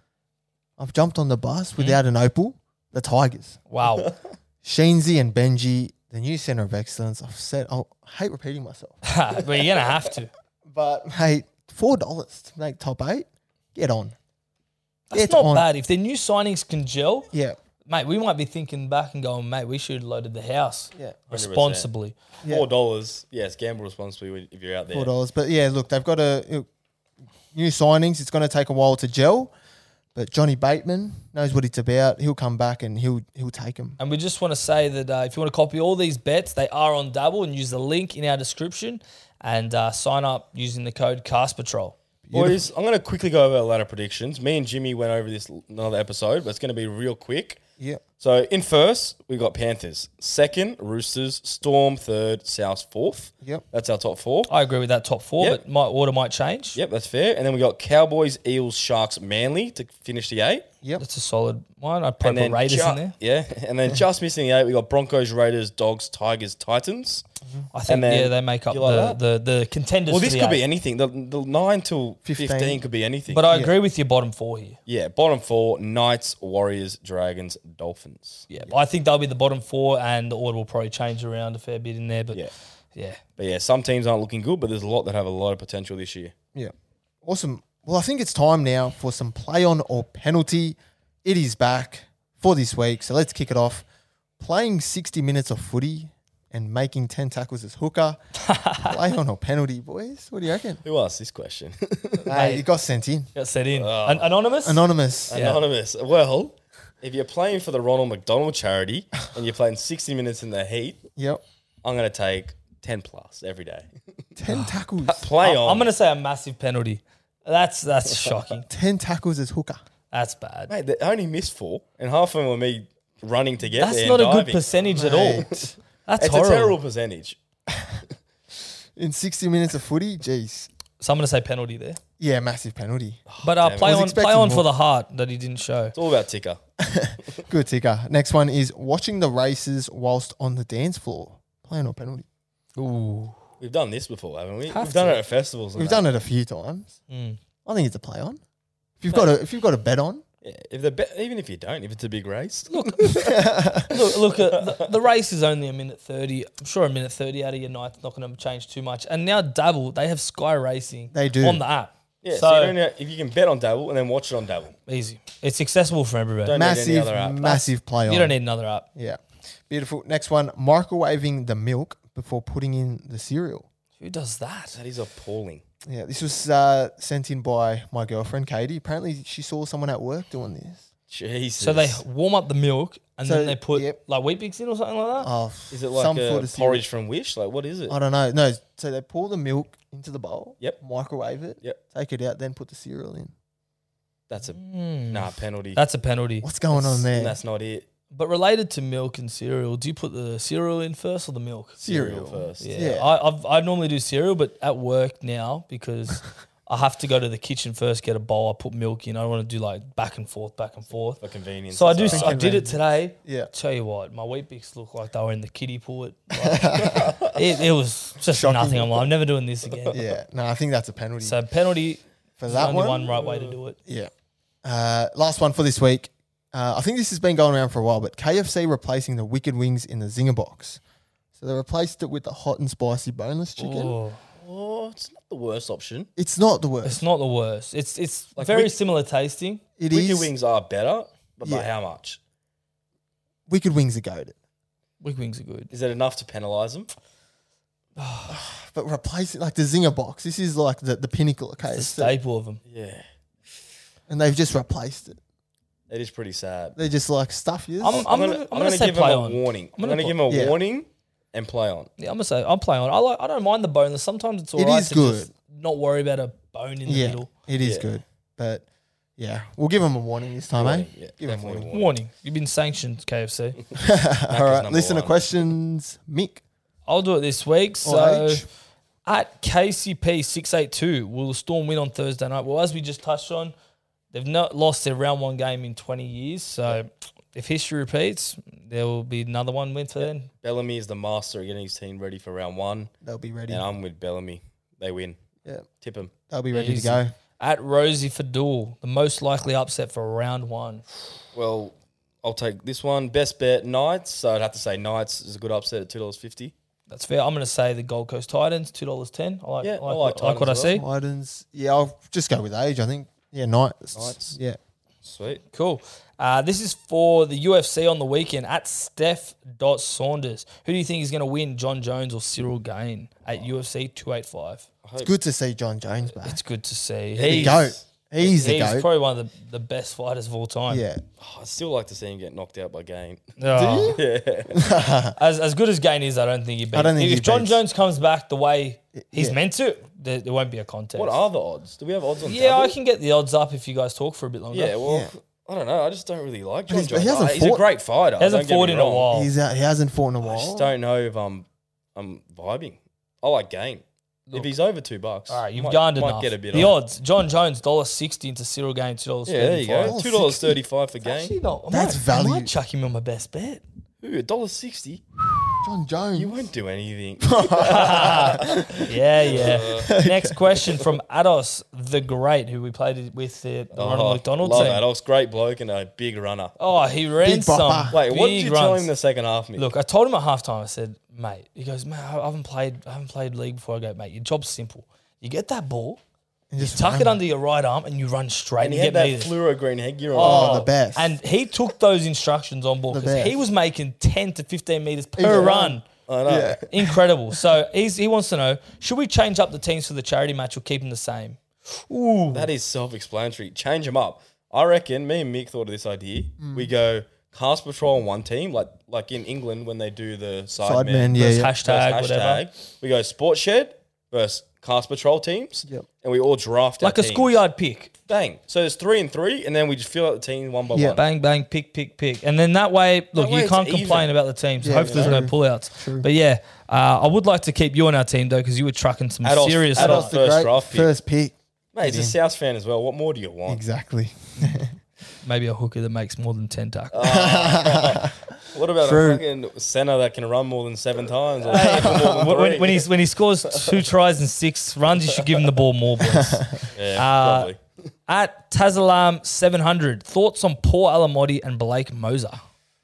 Speaker 3: I've jumped on the
Speaker 1: Hmm?
Speaker 3: bus without an opal. The Tigers,
Speaker 1: (laughs) wow.
Speaker 3: Sheensy and Benji, the new center of excellence. I've said I hate repeating
Speaker 1: (laughs)
Speaker 3: myself,
Speaker 1: but you're going to have
Speaker 2: (laughs)
Speaker 1: to.
Speaker 3: but mate, four dollars to make top eight. Get on.
Speaker 1: That's
Speaker 3: Get
Speaker 1: not
Speaker 3: on.
Speaker 1: bad. If their new signings can gel,
Speaker 3: Yeah,
Speaker 1: mate, we might be thinking back and going, mate, we should have loaded the house
Speaker 3: yeah,
Speaker 1: responsibly.
Speaker 3: Yeah.
Speaker 2: Four dollars. Yes, gamble responsibly when- if you're out there.
Speaker 3: four dollars. But yeah, look, they've got a you know, new signings. It's going to take a while to gel, but Johnny Bateman knows what it's about. He'll come back and he'll he'll take him.
Speaker 1: And we just want to say that uh, if you want to copy all these bets, they are on Dabble and use the link in our description and uh, sign up using the code Cast Patrol.
Speaker 2: Boys, I'm going to quickly go over our ladder predictions. Me and Jimmy went over this l- another episode, but it's going to be real quick.
Speaker 3: Yeah.
Speaker 2: So in first, we got Panthers. Second, Roosters. Storm third, South fourth.
Speaker 3: Yep.
Speaker 2: That's our top four.
Speaker 1: I agree with that top four,
Speaker 2: Yep.
Speaker 1: but my order might change.
Speaker 2: Yep, that's fair. And then we got Cowboys, Eels, Sharks, Manly to finish the eight.
Speaker 3: Yep.
Speaker 1: That's a solid one. I'd probably put
Speaker 2: then
Speaker 1: Raiders
Speaker 2: ju-
Speaker 1: in there.
Speaker 2: Yeah, and then just missing the eight, we got Broncos, Raiders, Dogs, Tigers, Titans.
Speaker 1: I think,
Speaker 2: then-
Speaker 1: yeah, they make up
Speaker 2: You like that?
Speaker 1: the, the, the contenders.
Speaker 2: Well,
Speaker 1: for
Speaker 2: this
Speaker 1: the
Speaker 2: could
Speaker 1: eight.
Speaker 2: be anything. The, the nine till 15.
Speaker 3: 15.
Speaker 2: could be anything.
Speaker 1: But I agree with your bottom four here.
Speaker 2: yeah, bottom four: Knights, Warriors, Dragons, Dolphins.
Speaker 1: Yeah, I think they'll be the bottom four, and the order will probably change around a fair bit in there. But yeah,
Speaker 2: Yeah. But yeah, some teams aren't looking good, but there's a lot that have a lot of potential this year.
Speaker 3: Yeah. Awesome. Well, I think it's time now for some play on or penalty. It is back for this week. So let's kick it off. Playing 60 minutes of footy and making 10 tackles as hooker. play on or penalty, boys. What do you reckon?
Speaker 2: Who asked this question? (laughs)
Speaker 3: Hey, it got sent in.
Speaker 1: got set in An- anonymous.
Speaker 3: Anonymous.
Speaker 2: Anonymous. Well, if you're playing for the Ronald McDonald charity and you're playing 60 minutes in the heat,
Speaker 3: Yep.
Speaker 2: I'm going to take 10 plus every day.
Speaker 3: 10 tackles.
Speaker 2: Play
Speaker 1: I'm,
Speaker 2: on.
Speaker 1: I'm gonna say a massive penalty. That's that's shocking.
Speaker 3: 10 tackles as hooker.
Speaker 1: That's bad.
Speaker 2: Mate, they only missed four, and half of them were me running to get
Speaker 1: that's
Speaker 2: there
Speaker 1: not a
Speaker 2: and
Speaker 1: good
Speaker 2: diving.
Speaker 1: percentage at all.
Speaker 3: Mate.
Speaker 1: That's
Speaker 2: It's
Speaker 1: horrible.
Speaker 2: a terrible percentage.
Speaker 3: In 60 minutes of footy, jeez.
Speaker 1: So I'm gonna say penalty there.
Speaker 3: Yeah, massive penalty.
Speaker 1: But uh,
Speaker 2: damn it.
Speaker 1: play
Speaker 2: I
Speaker 3: was
Speaker 1: on play
Speaker 3: expecting
Speaker 1: on for
Speaker 3: more.
Speaker 1: the heart that he didn't show.
Speaker 2: It's all about ticker.
Speaker 3: Good ticker. Next one is watching the races whilst on the dance floor. Play on or penalty.
Speaker 1: Ooh,
Speaker 2: We've done this before, haven't we?
Speaker 1: Have
Speaker 2: We've done
Speaker 1: to.
Speaker 2: it at festivals. and
Speaker 3: We've
Speaker 2: that.
Speaker 3: done it a few times.
Speaker 1: Mm.
Speaker 3: I think it's a play on. If you've got a if you've got a bet on,
Speaker 2: Yeah, if the be- even if you don't, if it's a big race,
Speaker 1: look, look at the, the race is only a minute thirty. I'm sure a minute thirty out of your night's not gonna change too much. And now Dabble, they have Sky Racing.
Speaker 3: They do.
Speaker 1: on the app.
Speaker 2: yeah. So,
Speaker 1: So-
Speaker 2: you don't know, if you can bet on Dabble and then watch it on Dabble,
Speaker 1: Easy. It's accessible for everybody.
Speaker 2: Don't- need any
Speaker 3: massive
Speaker 2: other app.
Speaker 3: massive play on.
Speaker 1: You don't need another app.
Speaker 3: Yeah, beautiful. Next one, microwaving the milk before putting in the cereal.
Speaker 1: Who does that?
Speaker 2: that is appalling.
Speaker 3: Yeah, this was uh, sent in by my girlfriend Katie. Apparently, she saw someone at work doing this.
Speaker 2: Jesus.
Speaker 1: So they warm up the milk and
Speaker 3: So,
Speaker 1: then they put
Speaker 3: yep.
Speaker 1: like wheat bix in or something like that.
Speaker 3: Oh,
Speaker 2: is it like a
Speaker 3: cereal.
Speaker 2: porridge from Wish? Like what is it?
Speaker 3: I don't know. No, so they pour the milk into the bowl.
Speaker 2: Yep.
Speaker 3: Microwave it.
Speaker 2: Yep.
Speaker 3: Take it out, then put the cereal in.
Speaker 2: That's a nah penalty.
Speaker 1: That's a penalty.
Speaker 3: What's going on there?
Speaker 2: That's not it.
Speaker 1: But related to milk and cereal, do you put the cereal in first or the milk?
Speaker 2: Cereal first.
Speaker 1: Yeah,
Speaker 3: Yeah. (laughs)
Speaker 1: I I've, I normally do cereal, but at work now because I have to go to the kitchen first, get a bowl, I put milk in. I don't want to do like back and forth, back and forth.
Speaker 2: for convenience.
Speaker 1: So I do.
Speaker 2: it's
Speaker 1: I did it today.
Speaker 3: Yeah.
Speaker 1: Tell you what, my wheat bix looked like they were in the kiddie pool. It,
Speaker 3: (laughs)
Speaker 1: like- it, it was just
Speaker 3: Shocking.
Speaker 1: nothing. I'm like, I'm never doing this again.
Speaker 3: Yeah, no, I think that's a penalty
Speaker 1: So penalty.
Speaker 3: for
Speaker 1: is
Speaker 3: that
Speaker 1: the only
Speaker 3: one.
Speaker 1: one right way to do it.
Speaker 3: Yeah. Uh, last one for this week. Uh, I think this has been going around for a while, but KFC replacing the wicked wings in the zinger box. So they replaced it with the hot and spicy boneless chicken.
Speaker 1: Oh,
Speaker 2: Oh, it's not the worst option.
Speaker 3: It's not the worst.
Speaker 1: it's not the worst. It's it's very
Speaker 2: wick-
Speaker 1: similar tasting.
Speaker 3: It is
Speaker 2: Wicked wings are better, but by
Speaker 3: Yeah.
Speaker 2: how much?
Speaker 3: Wicked wings are goaded,
Speaker 1: Wick wings are good.
Speaker 2: Is that enough to penalise them?
Speaker 3: but replace it like the zinger box. This is like the, the pinnacle of
Speaker 1: It's a
Speaker 3: KFC,
Speaker 1: staple of them.
Speaker 2: Yeah,
Speaker 3: and they've just replaced it.
Speaker 2: it is pretty sad.
Speaker 3: They're just like stuff you.
Speaker 1: I'm, I'm, gonna, I'm gonna, say
Speaker 2: give
Speaker 1: play
Speaker 2: him
Speaker 1: on.
Speaker 2: a warning. I'm
Speaker 1: gonna
Speaker 2: gonna,
Speaker 1: pl-
Speaker 2: give him a
Speaker 3: yeah.
Speaker 2: warning and play on.
Speaker 1: Yeah, I'm gonna say I'll play on. I like. I don't mind the boneless. Sometimes it's alright
Speaker 3: is
Speaker 1: to just
Speaker 3: good.
Speaker 1: not worry about a bone in the
Speaker 3: yeah,
Speaker 1: middle.
Speaker 3: it is
Speaker 2: Yeah.
Speaker 3: good, but yeah, we'll give them a warning this time, eh?
Speaker 2: Yeah,
Speaker 3: give them a
Speaker 2: definitely
Speaker 3: warning.
Speaker 1: Warning, you've been sanctioned,
Speaker 3: (laughs)
Speaker 1: KFC.
Speaker 3: All right,
Speaker 2: number
Speaker 3: listener
Speaker 2: one.
Speaker 3: questions, Mick.
Speaker 1: I'll do it this week.
Speaker 3: Or
Speaker 1: So
Speaker 3: H.
Speaker 1: at KCP six eight two, will the Storm win on Thursday night? Well, as we just touched on, they've not lost their round one game in twenty years. So if history repeats, there will be another one win for them.
Speaker 2: Bellamy is the master of getting his team ready for round one,
Speaker 3: They'll be ready.
Speaker 2: and I'm with Bellamy. They win.
Speaker 3: Yeah.
Speaker 2: Tip him.
Speaker 3: They'll be ready to
Speaker 1: Easy.
Speaker 3: go.
Speaker 1: At Rosie Fadul, the most likely upset for round one.
Speaker 2: Well, I'll take this one. Best bet Knights. So I'd have to say Knights is a good upset at two dollars fifty.
Speaker 1: That's fair. I'm going to say the Gold Coast Titans, two dollars ten. I like,
Speaker 2: Yeah,
Speaker 1: I
Speaker 2: I
Speaker 1: like,
Speaker 2: like
Speaker 1: what- I like what I
Speaker 2: Titans as
Speaker 1: see.
Speaker 3: Widens. Yeah, I'll just go with age. I think. Yeah, Knights.
Speaker 2: Knights.
Speaker 3: Yeah.
Speaker 2: Sweet.
Speaker 1: Cool. Uh, this is for the UFC on the weekend at Steph dot Saunders. Who do you think is going to win, John Jones or Cyril Gain at UFC two eight five?
Speaker 3: It's good to see John Jones back.
Speaker 1: It's good to see.
Speaker 3: the
Speaker 1: He's,
Speaker 3: goat. He's the
Speaker 1: he's
Speaker 3: goat.
Speaker 1: probably one of the, the best fighters of all time.
Speaker 3: yeah.
Speaker 2: I still like to see him get knocked out by Gain.
Speaker 1: Oh. (laughs) as, as good as Gain is, I don't think he beats.
Speaker 3: I don't think
Speaker 1: if
Speaker 3: he
Speaker 1: John
Speaker 3: beats.
Speaker 1: Jones comes back the way he's
Speaker 3: yeah.
Speaker 1: meant to, there, there won't be a contest.
Speaker 2: What are the odds? Do we have odds on?
Speaker 1: yeah,
Speaker 2: double?
Speaker 1: I can get the odds up if you guys talk for a bit longer.
Speaker 2: Yeah, well,
Speaker 3: Yeah.
Speaker 2: I don't know. I just don't really like John
Speaker 3: he's-
Speaker 2: Jones.
Speaker 3: he hasn't
Speaker 2: I- he's a
Speaker 3: fought-
Speaker 2: great fighter.
Speaker 1: He hasn't
Speaker 2: don't get
Speaker 1: fought
Speaker 2: me
Speaker 1: in a
Speaker 2: wrong.
Speaker 1: while.
Speaker 3: He's out, he hasn't fought in a
Speaker 2: I
Speaker 1: Oh.
Speaker 2: just
Speaker 3: while.
Speaker 2: don't know if I'm I'm vibing. I like Gain. if he's over two bucks,
Speaker 1: All right, you've
Speaker 2: might,
Speaker 1: garnered
Speaker 2: might
Speaker 1: enough.
Speaker 2: get a bit.
Speaker 1: the
Speaker 2: on.
Speaker 1: odds: John Jones dollar sixty into Cyril Gain two dollars.
Speaker 2: Yeah, there you go. Two dollars thirty five for
Speaker 1: Actually,
Speaker 2: Gain.
Speaker 1: not. I
Speaker 3: That's
Speaker 1: might- I might
Speaker 3: value.
Speaker 1: chuck him on my best bet.
Speaker 2: Ooh, a dollar sixty.
Speaker 3: John Jones.
Speaker 2: You won't
Speaker 1: (laughs)
Speaker 2: do anything.
Speaker 1: Yeah,
Speaker 2: (laughs) Uh,
Speaker 1: yeah. Next question from Ados the Great, who we played with the, the Ronald McDonald
Speaker 2: Oh, love
Speaker 1: team.
Speaker 2: Adolf's great bloke and a big runner.
Speaker 1: Oh, he ran
Speaker 3: Big
Speaker 1: some.
Speaker 3: bopper.
Speaker 2: Wait, what did
Speaker 1: big
Speaker 2: you tell
Speaker 1: runs.
Speaker 2: him the second half? Mick?
Speaker 1: Look, I told him at halftime. I said, "Mate," he goes, "Mate, I haven't played. I haven't played league before." I go, "Mate, your job's simple. You get that ball,
Speaker 3: And
Speaker 1: you
Speaker 3: just
Speaker 1: tuck
Speaker 3: run.
Speaker 1: it under your right arm, and you run straight
Speaker 2: and
Speaker 1: and,
Speaker 2: he had
Speaker 1: get
Speaker 2: that
Speaker 1: meters."
Speaker 2: fluoro green headgear on.
Speaker 3: Oh, the best.
Speaker 1: And he took those instructions on board
Speaker 3: The
Speaker 1: because he
Speaker 3: best.
Speaker 1: was making 10 to 15 meters per
Speaker 3: Each
Speaker 1: run.
Speaker 3: run.
Speaker 1: Oh.
Speaker 2: I know.
Speaker 3: Yeah.
Speaker 1: Incredible. So he's, he wants to know should we change up the teams for the charity match or keep them the same? Ooh.
Speaker 2: That is self-explanatory. Change them up. I reckon. Me and Mick thought of this idea. We go cast patrol on one team, like like in England when they do the side, men.
Speaker 3: Sideman. Yeah,
Speaker 1: Those
Speaker 3: yeah.
Speaker 1: hashtag,
Speaker 2: versus
Speaker 1: whatever.
Speaker 2: hashtag. We go sports shed versus cast patrol teams,
Speaker 3: Yep.
Speaker 2: and we all draft our
Speaker 1: Like a
Speaker 2: teams.
Speaker 1: schoolyard pick.
Speaker 2: Bang! So it's three and three, and then we just fill out the team one by
Speaker 3: Yeah.
Speaker 2: one.
Speaker 1: Bang, bang, pick, pick, pick. And then that way, look,
Speaker 2: way
Speaker 1: you
Speaker 2: it's
Speaker 1: can't
Speaker 2: even.
Speaker 1: complain about the teams.
Speaker 3: Yeah,
Speaker 1: Hopefully, there's no
Speaker 3: true.
Speaker 1: pullouts. But yeah, uh, I would like to keep you on our team, though, because you were trucking some
Speaker 2: Adolf-
Speaker 1: serious
Speaker 2: Adolf-
Speaker 1: stuff.
Speaker 3: the
Speaker 2: First
Speaker 3: great
Speaker 2: draft pick.
Speaker 3: first pick.
Speaker 2: Mate, he's a South fan as well. What more do you want?
Speaker 3: Exactly.
Speaker 1: Maybe a hooker that makes more than 10 tackles.
Speaker 2: Oh, What about
Speaker 3: True.
Speaker 2: a fucking center that can run more than seven times? Or
Speaker 1: (laughs)
Speaker 2: (laughs)
Speaker 1: when, when, when he's when he scores two tries and six runs, you should give him the ball more, boys.
Speaker 2: yeah,
Speaker 1: uh,
Speaker 2: probably.
Speaker 1: At Tazalam seven hundred, thoughts on Paul Alamotti and Blake Moser?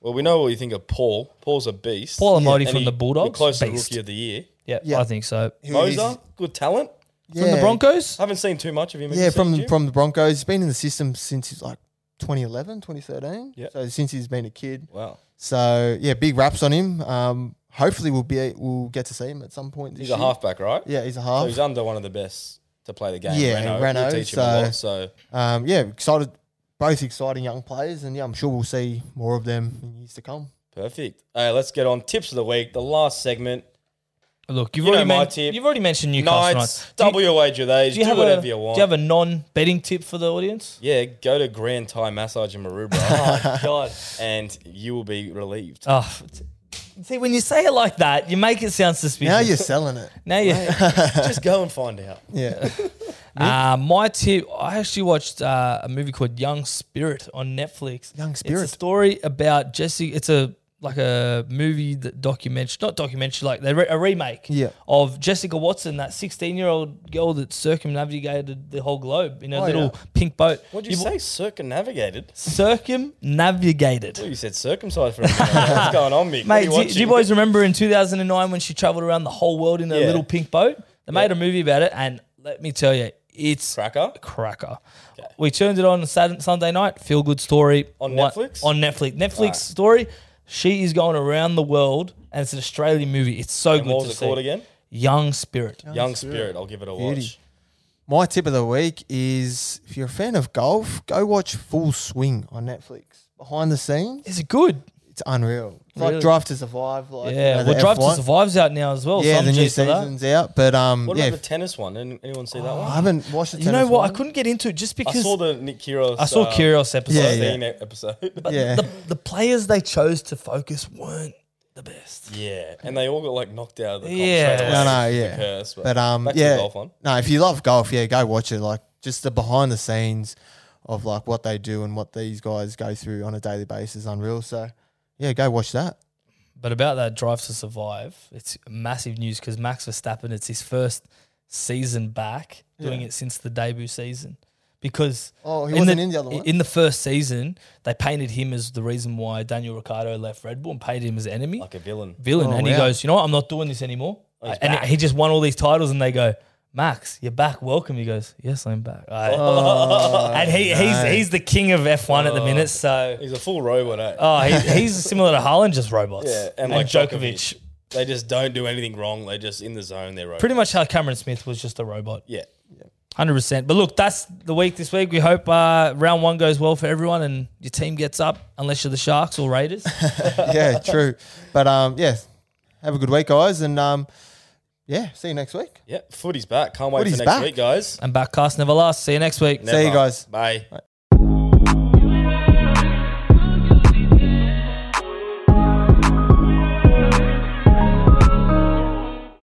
Speaker 2: Well, we know what you think of Paul. Paul's a beast.
Speaker 1: Paul Amati
Speaker 2: And
Speaker 1: from
Speaker 2: he-
Speaker 1: the Bulldogs,
Speaker 2: the closest
Speaker 1: beast.
Speaker 2: rookie of the year.
Speaker 1: Yeah,
Speaker 3: Yeah.
Speaker 1: I think so.
Speaker 3: Who is-
Speaker 2: Moser, good talent.
Speaker 3: Yeah.
Speaker 1: From the Broncos,
Speaker 2: Haven't seen too much of him. Have you
Speaker 3: Yeah,
Speaker 2: seen
Speaker 3: from
Speaker 2: Jim?
Speaker 3: from the Broncos. He's been in the system since he's like 2011, 2013.
Speaker 2: Yeah.
Speaker 3: So since he's been a kid.
Speaker 2: wow,
Speaker 3: So yeah, big raps on him. Um, hopefully we'll be we'll get to see him at some point. This
Speaker 2: he's
Speaker 3: year.
Speaker 2: a halfback, right?
Speaker 3: Yeah, he's a
Speaker 2: So
Speaker 3: half.
Speaker 2: he's under one of the best to play the game.
Speaker 3: Yeah,
Speaker 2: Renault.
Speaker 3: Renault,
Speaker 2: He'll teach him a
Speaker 3: so-
Speaker 2: lot. So
Speaker 3: um, yeah, excited. Both exciting young players, and yeah, I'm sure we'll see more of them in years to come.
Speaker 2: perfect. All right, let's get on tips of the week. The last segment.
Speaker 1: look, you've
Speaker 2: You know
Speaker 1: already
Speaker 2: my
Speaker 1: men-
Speaker 2: tip.
Speaker 1: you've already mentioned Newcastle.
Speaker 2: Knights,
Speaker 1: Knights. Do you-
Speaker 2: double your wage of those.
Speaker 1: do
Speaker 2: Do,
Speaker 1: you have
Speaker 2: whatever
Speaker 1: a,
Speaker 2: you want.
Speaker 1: Do you have a non-betting tip for the audience?
Speaker 2: yeah, go to Grand Thai Massage in Maroubra
Speaker 1: God,
Speaker 2: and you will be relieved.
Speaker 1: oh, t- see when you say it like (laughs) that, you make it sound suspicious.
Speaker 2: (laughs)
Speaker 3: Now you're selling it.
Speaker 1: Now you
Speaker 2: Just go and find out.
Speaker 3: Yeah.
Speaker 1: Uh, my tip I actually watched uh, a movie called Young Spirit on Netflix.
Speaker 3: Young
Speaker 1: It's
Speaker 3: Spirit.
Speaker 1: a story about Jesse. It's a like a movie that documentary, not documentary, like they re- a remake
Speaker 3: Yeah.
Speaker 1: of Jessica Watson, that 16 year old girl that circumnavigated the whole globe in a
Speaker 3: Oh,
Speaker 1: little
Speaker 3: yeah.
Speaker 1: pink boat.
Speaker 2: What'd you, say? Circumnavigated?
Speaker 1: Circumnavigated.
Speaker 2: Oh, you said circumcised for a minute. What's going on, Mick? What are
Speaker 1: Mate,
Speaker 2: you
Speaker 1: do,
Speaker 2: watching?
Speaker 1: do you boys remember in 2009 when she traveled around the whole world in a
Speaker 2: Yeah.
Speaker 1: little pink boat? They made a movie about it, and let me tell you, it's
Speaker 2: Cracker?
Speaker 1: a cracker. We turned it on Saturday, Sunday night. Feel good story
Speaker 2: On
Speaker 1: One-
Speaker 2: Netflix?
Speaker 1: On Netflix, Netflix story. She is going around the world, and it's an Australian movie. It's so
Speaker 2: And
Speaker 1: good
Speaker 2: what
Speaker 1: to
Speaker 2: was it
Speaker 1: see.
Speaker 2: called again?
Speaker 1: Young Spirit.
Speaker 2: Young Spirit. I'll give it a watch.
Speaker 3: Beauty. My tip of the week is if you're a fan of golf, go watch Full Swing on Netflix. Behind the scenes,
Speaker 1: Is it good?
Speaker 3: it's unreal. It's
Speaker 1: Really?
Speaker 3: like Drive to Survive. Like,
Speaker 1: Yeah.
Speaker 3: you know,
Speaker 1: well,
Speaker 3: the
Speaker 1: Drive
Speaker 3: F1.
Speaker 1: to Survive's out now as well. so
Speaker 3: Yeah,
Speaker 1: I'm
Speaker 3: the new
Speaker 1: G for that.
Speaker 3: season's out, but um,
Speaker 2: What
Speaker 3: yeah,
Speaker 2: about the tennis one? Any- Anyone see that one?
Speaker 3: I haven't watched the
Speaker 1: You know
Speaker 3: tennis
Speaker 1: what? I
Speaker 3: one.
Speaker 1: couldn't get into it just
Speaker 2: I
Speaker 1: because
Speaker 2: saw the Nick Kyrgios.
Speaker 1: I saw
Speaker 2: uh,
Speaker 1: Curious episode.
Speaker 3: Yeah, yeah.
Speaker 2: Dean episode.
Speaker 3: Yeah,
Speaker 1: the, the players they chose to focus weren't the best.
Speaker 2: yeah, and they all got like knocked out of the.
Speaker 1: Yeah.
Speaker 3: No, no, yeah.
Speaker 2: Curse,
Speaker 3: but um,
Speaker 2: back to the
Speaker 3: yeah,
Speaker 2: golf one.
Speaker 3: no, if you love golf, yeah, go watch it. Like just the behind the scenes of like what they do and what these guys go through on a daily basis, unreal. So yeah, go
Speaker 2: (laughs)
Speaker 3: watch that.
Speaker 1: But about that drive to survive, it's massive news because Max Verstappen, it's his first season back, doing it since the debut season. Because
Speaker 3: Oh, he wasn't in the other one?
Speaker 1: In the first season, they painted him as the reason why Daniel Ricciardo left Red Bull and painted him as the enemy,
Speaker 2: like a villain.
Speaker 1: villain.
Speaker 3: Oh,
Speaker 1: and he
Speaker 3: wow.
Speaker 1: goes, you know what? I'm not doing this anymore.
Speaker 2: he's
Speaker 1: and
Speaker 2: back.
Speaker 1: he just won all these titles, and they go, Max, you're back. Welcome. He goes, yes, I'm back. Alright.
Speaker 3: Oh,
Speaker 1: (laughs) and he, he's he's the king of F1 at the minute. So
Speaker 2: He's a full robot. Eh?
Speaker 1: Oh, he, he's similar to Haaland, just robots.
Speaker 2: yeah, and, like Djokovic. they just don't do anything wrong. They're just in the zone. They're robots.
Speaker 1: Pretty much how Cameron Smith was just a robot.
Speaker 2: yeah.
Speaker 1: 100%. But look, that's the week this week. We hope uh, round one goes well for everyone and your team gets up, unless you're the Sharks or Raiders. (laughs)
Speaker 3: yeah, true. But um, yeah, have a good week, guys, and um, yeah, see you next week.
Speaker 2: Yeah, footy's back. Can't wait
Speaker 3: Footy's
Speaker 2: for next
Speaker 3: back.
Speaker 2: week, guys.
Speaker 1: and backcast never lasts. See you next week.
Speaker 3: See you
Speaker 2: Never.
Speaker 3: guys.
Speaker 2: Bye.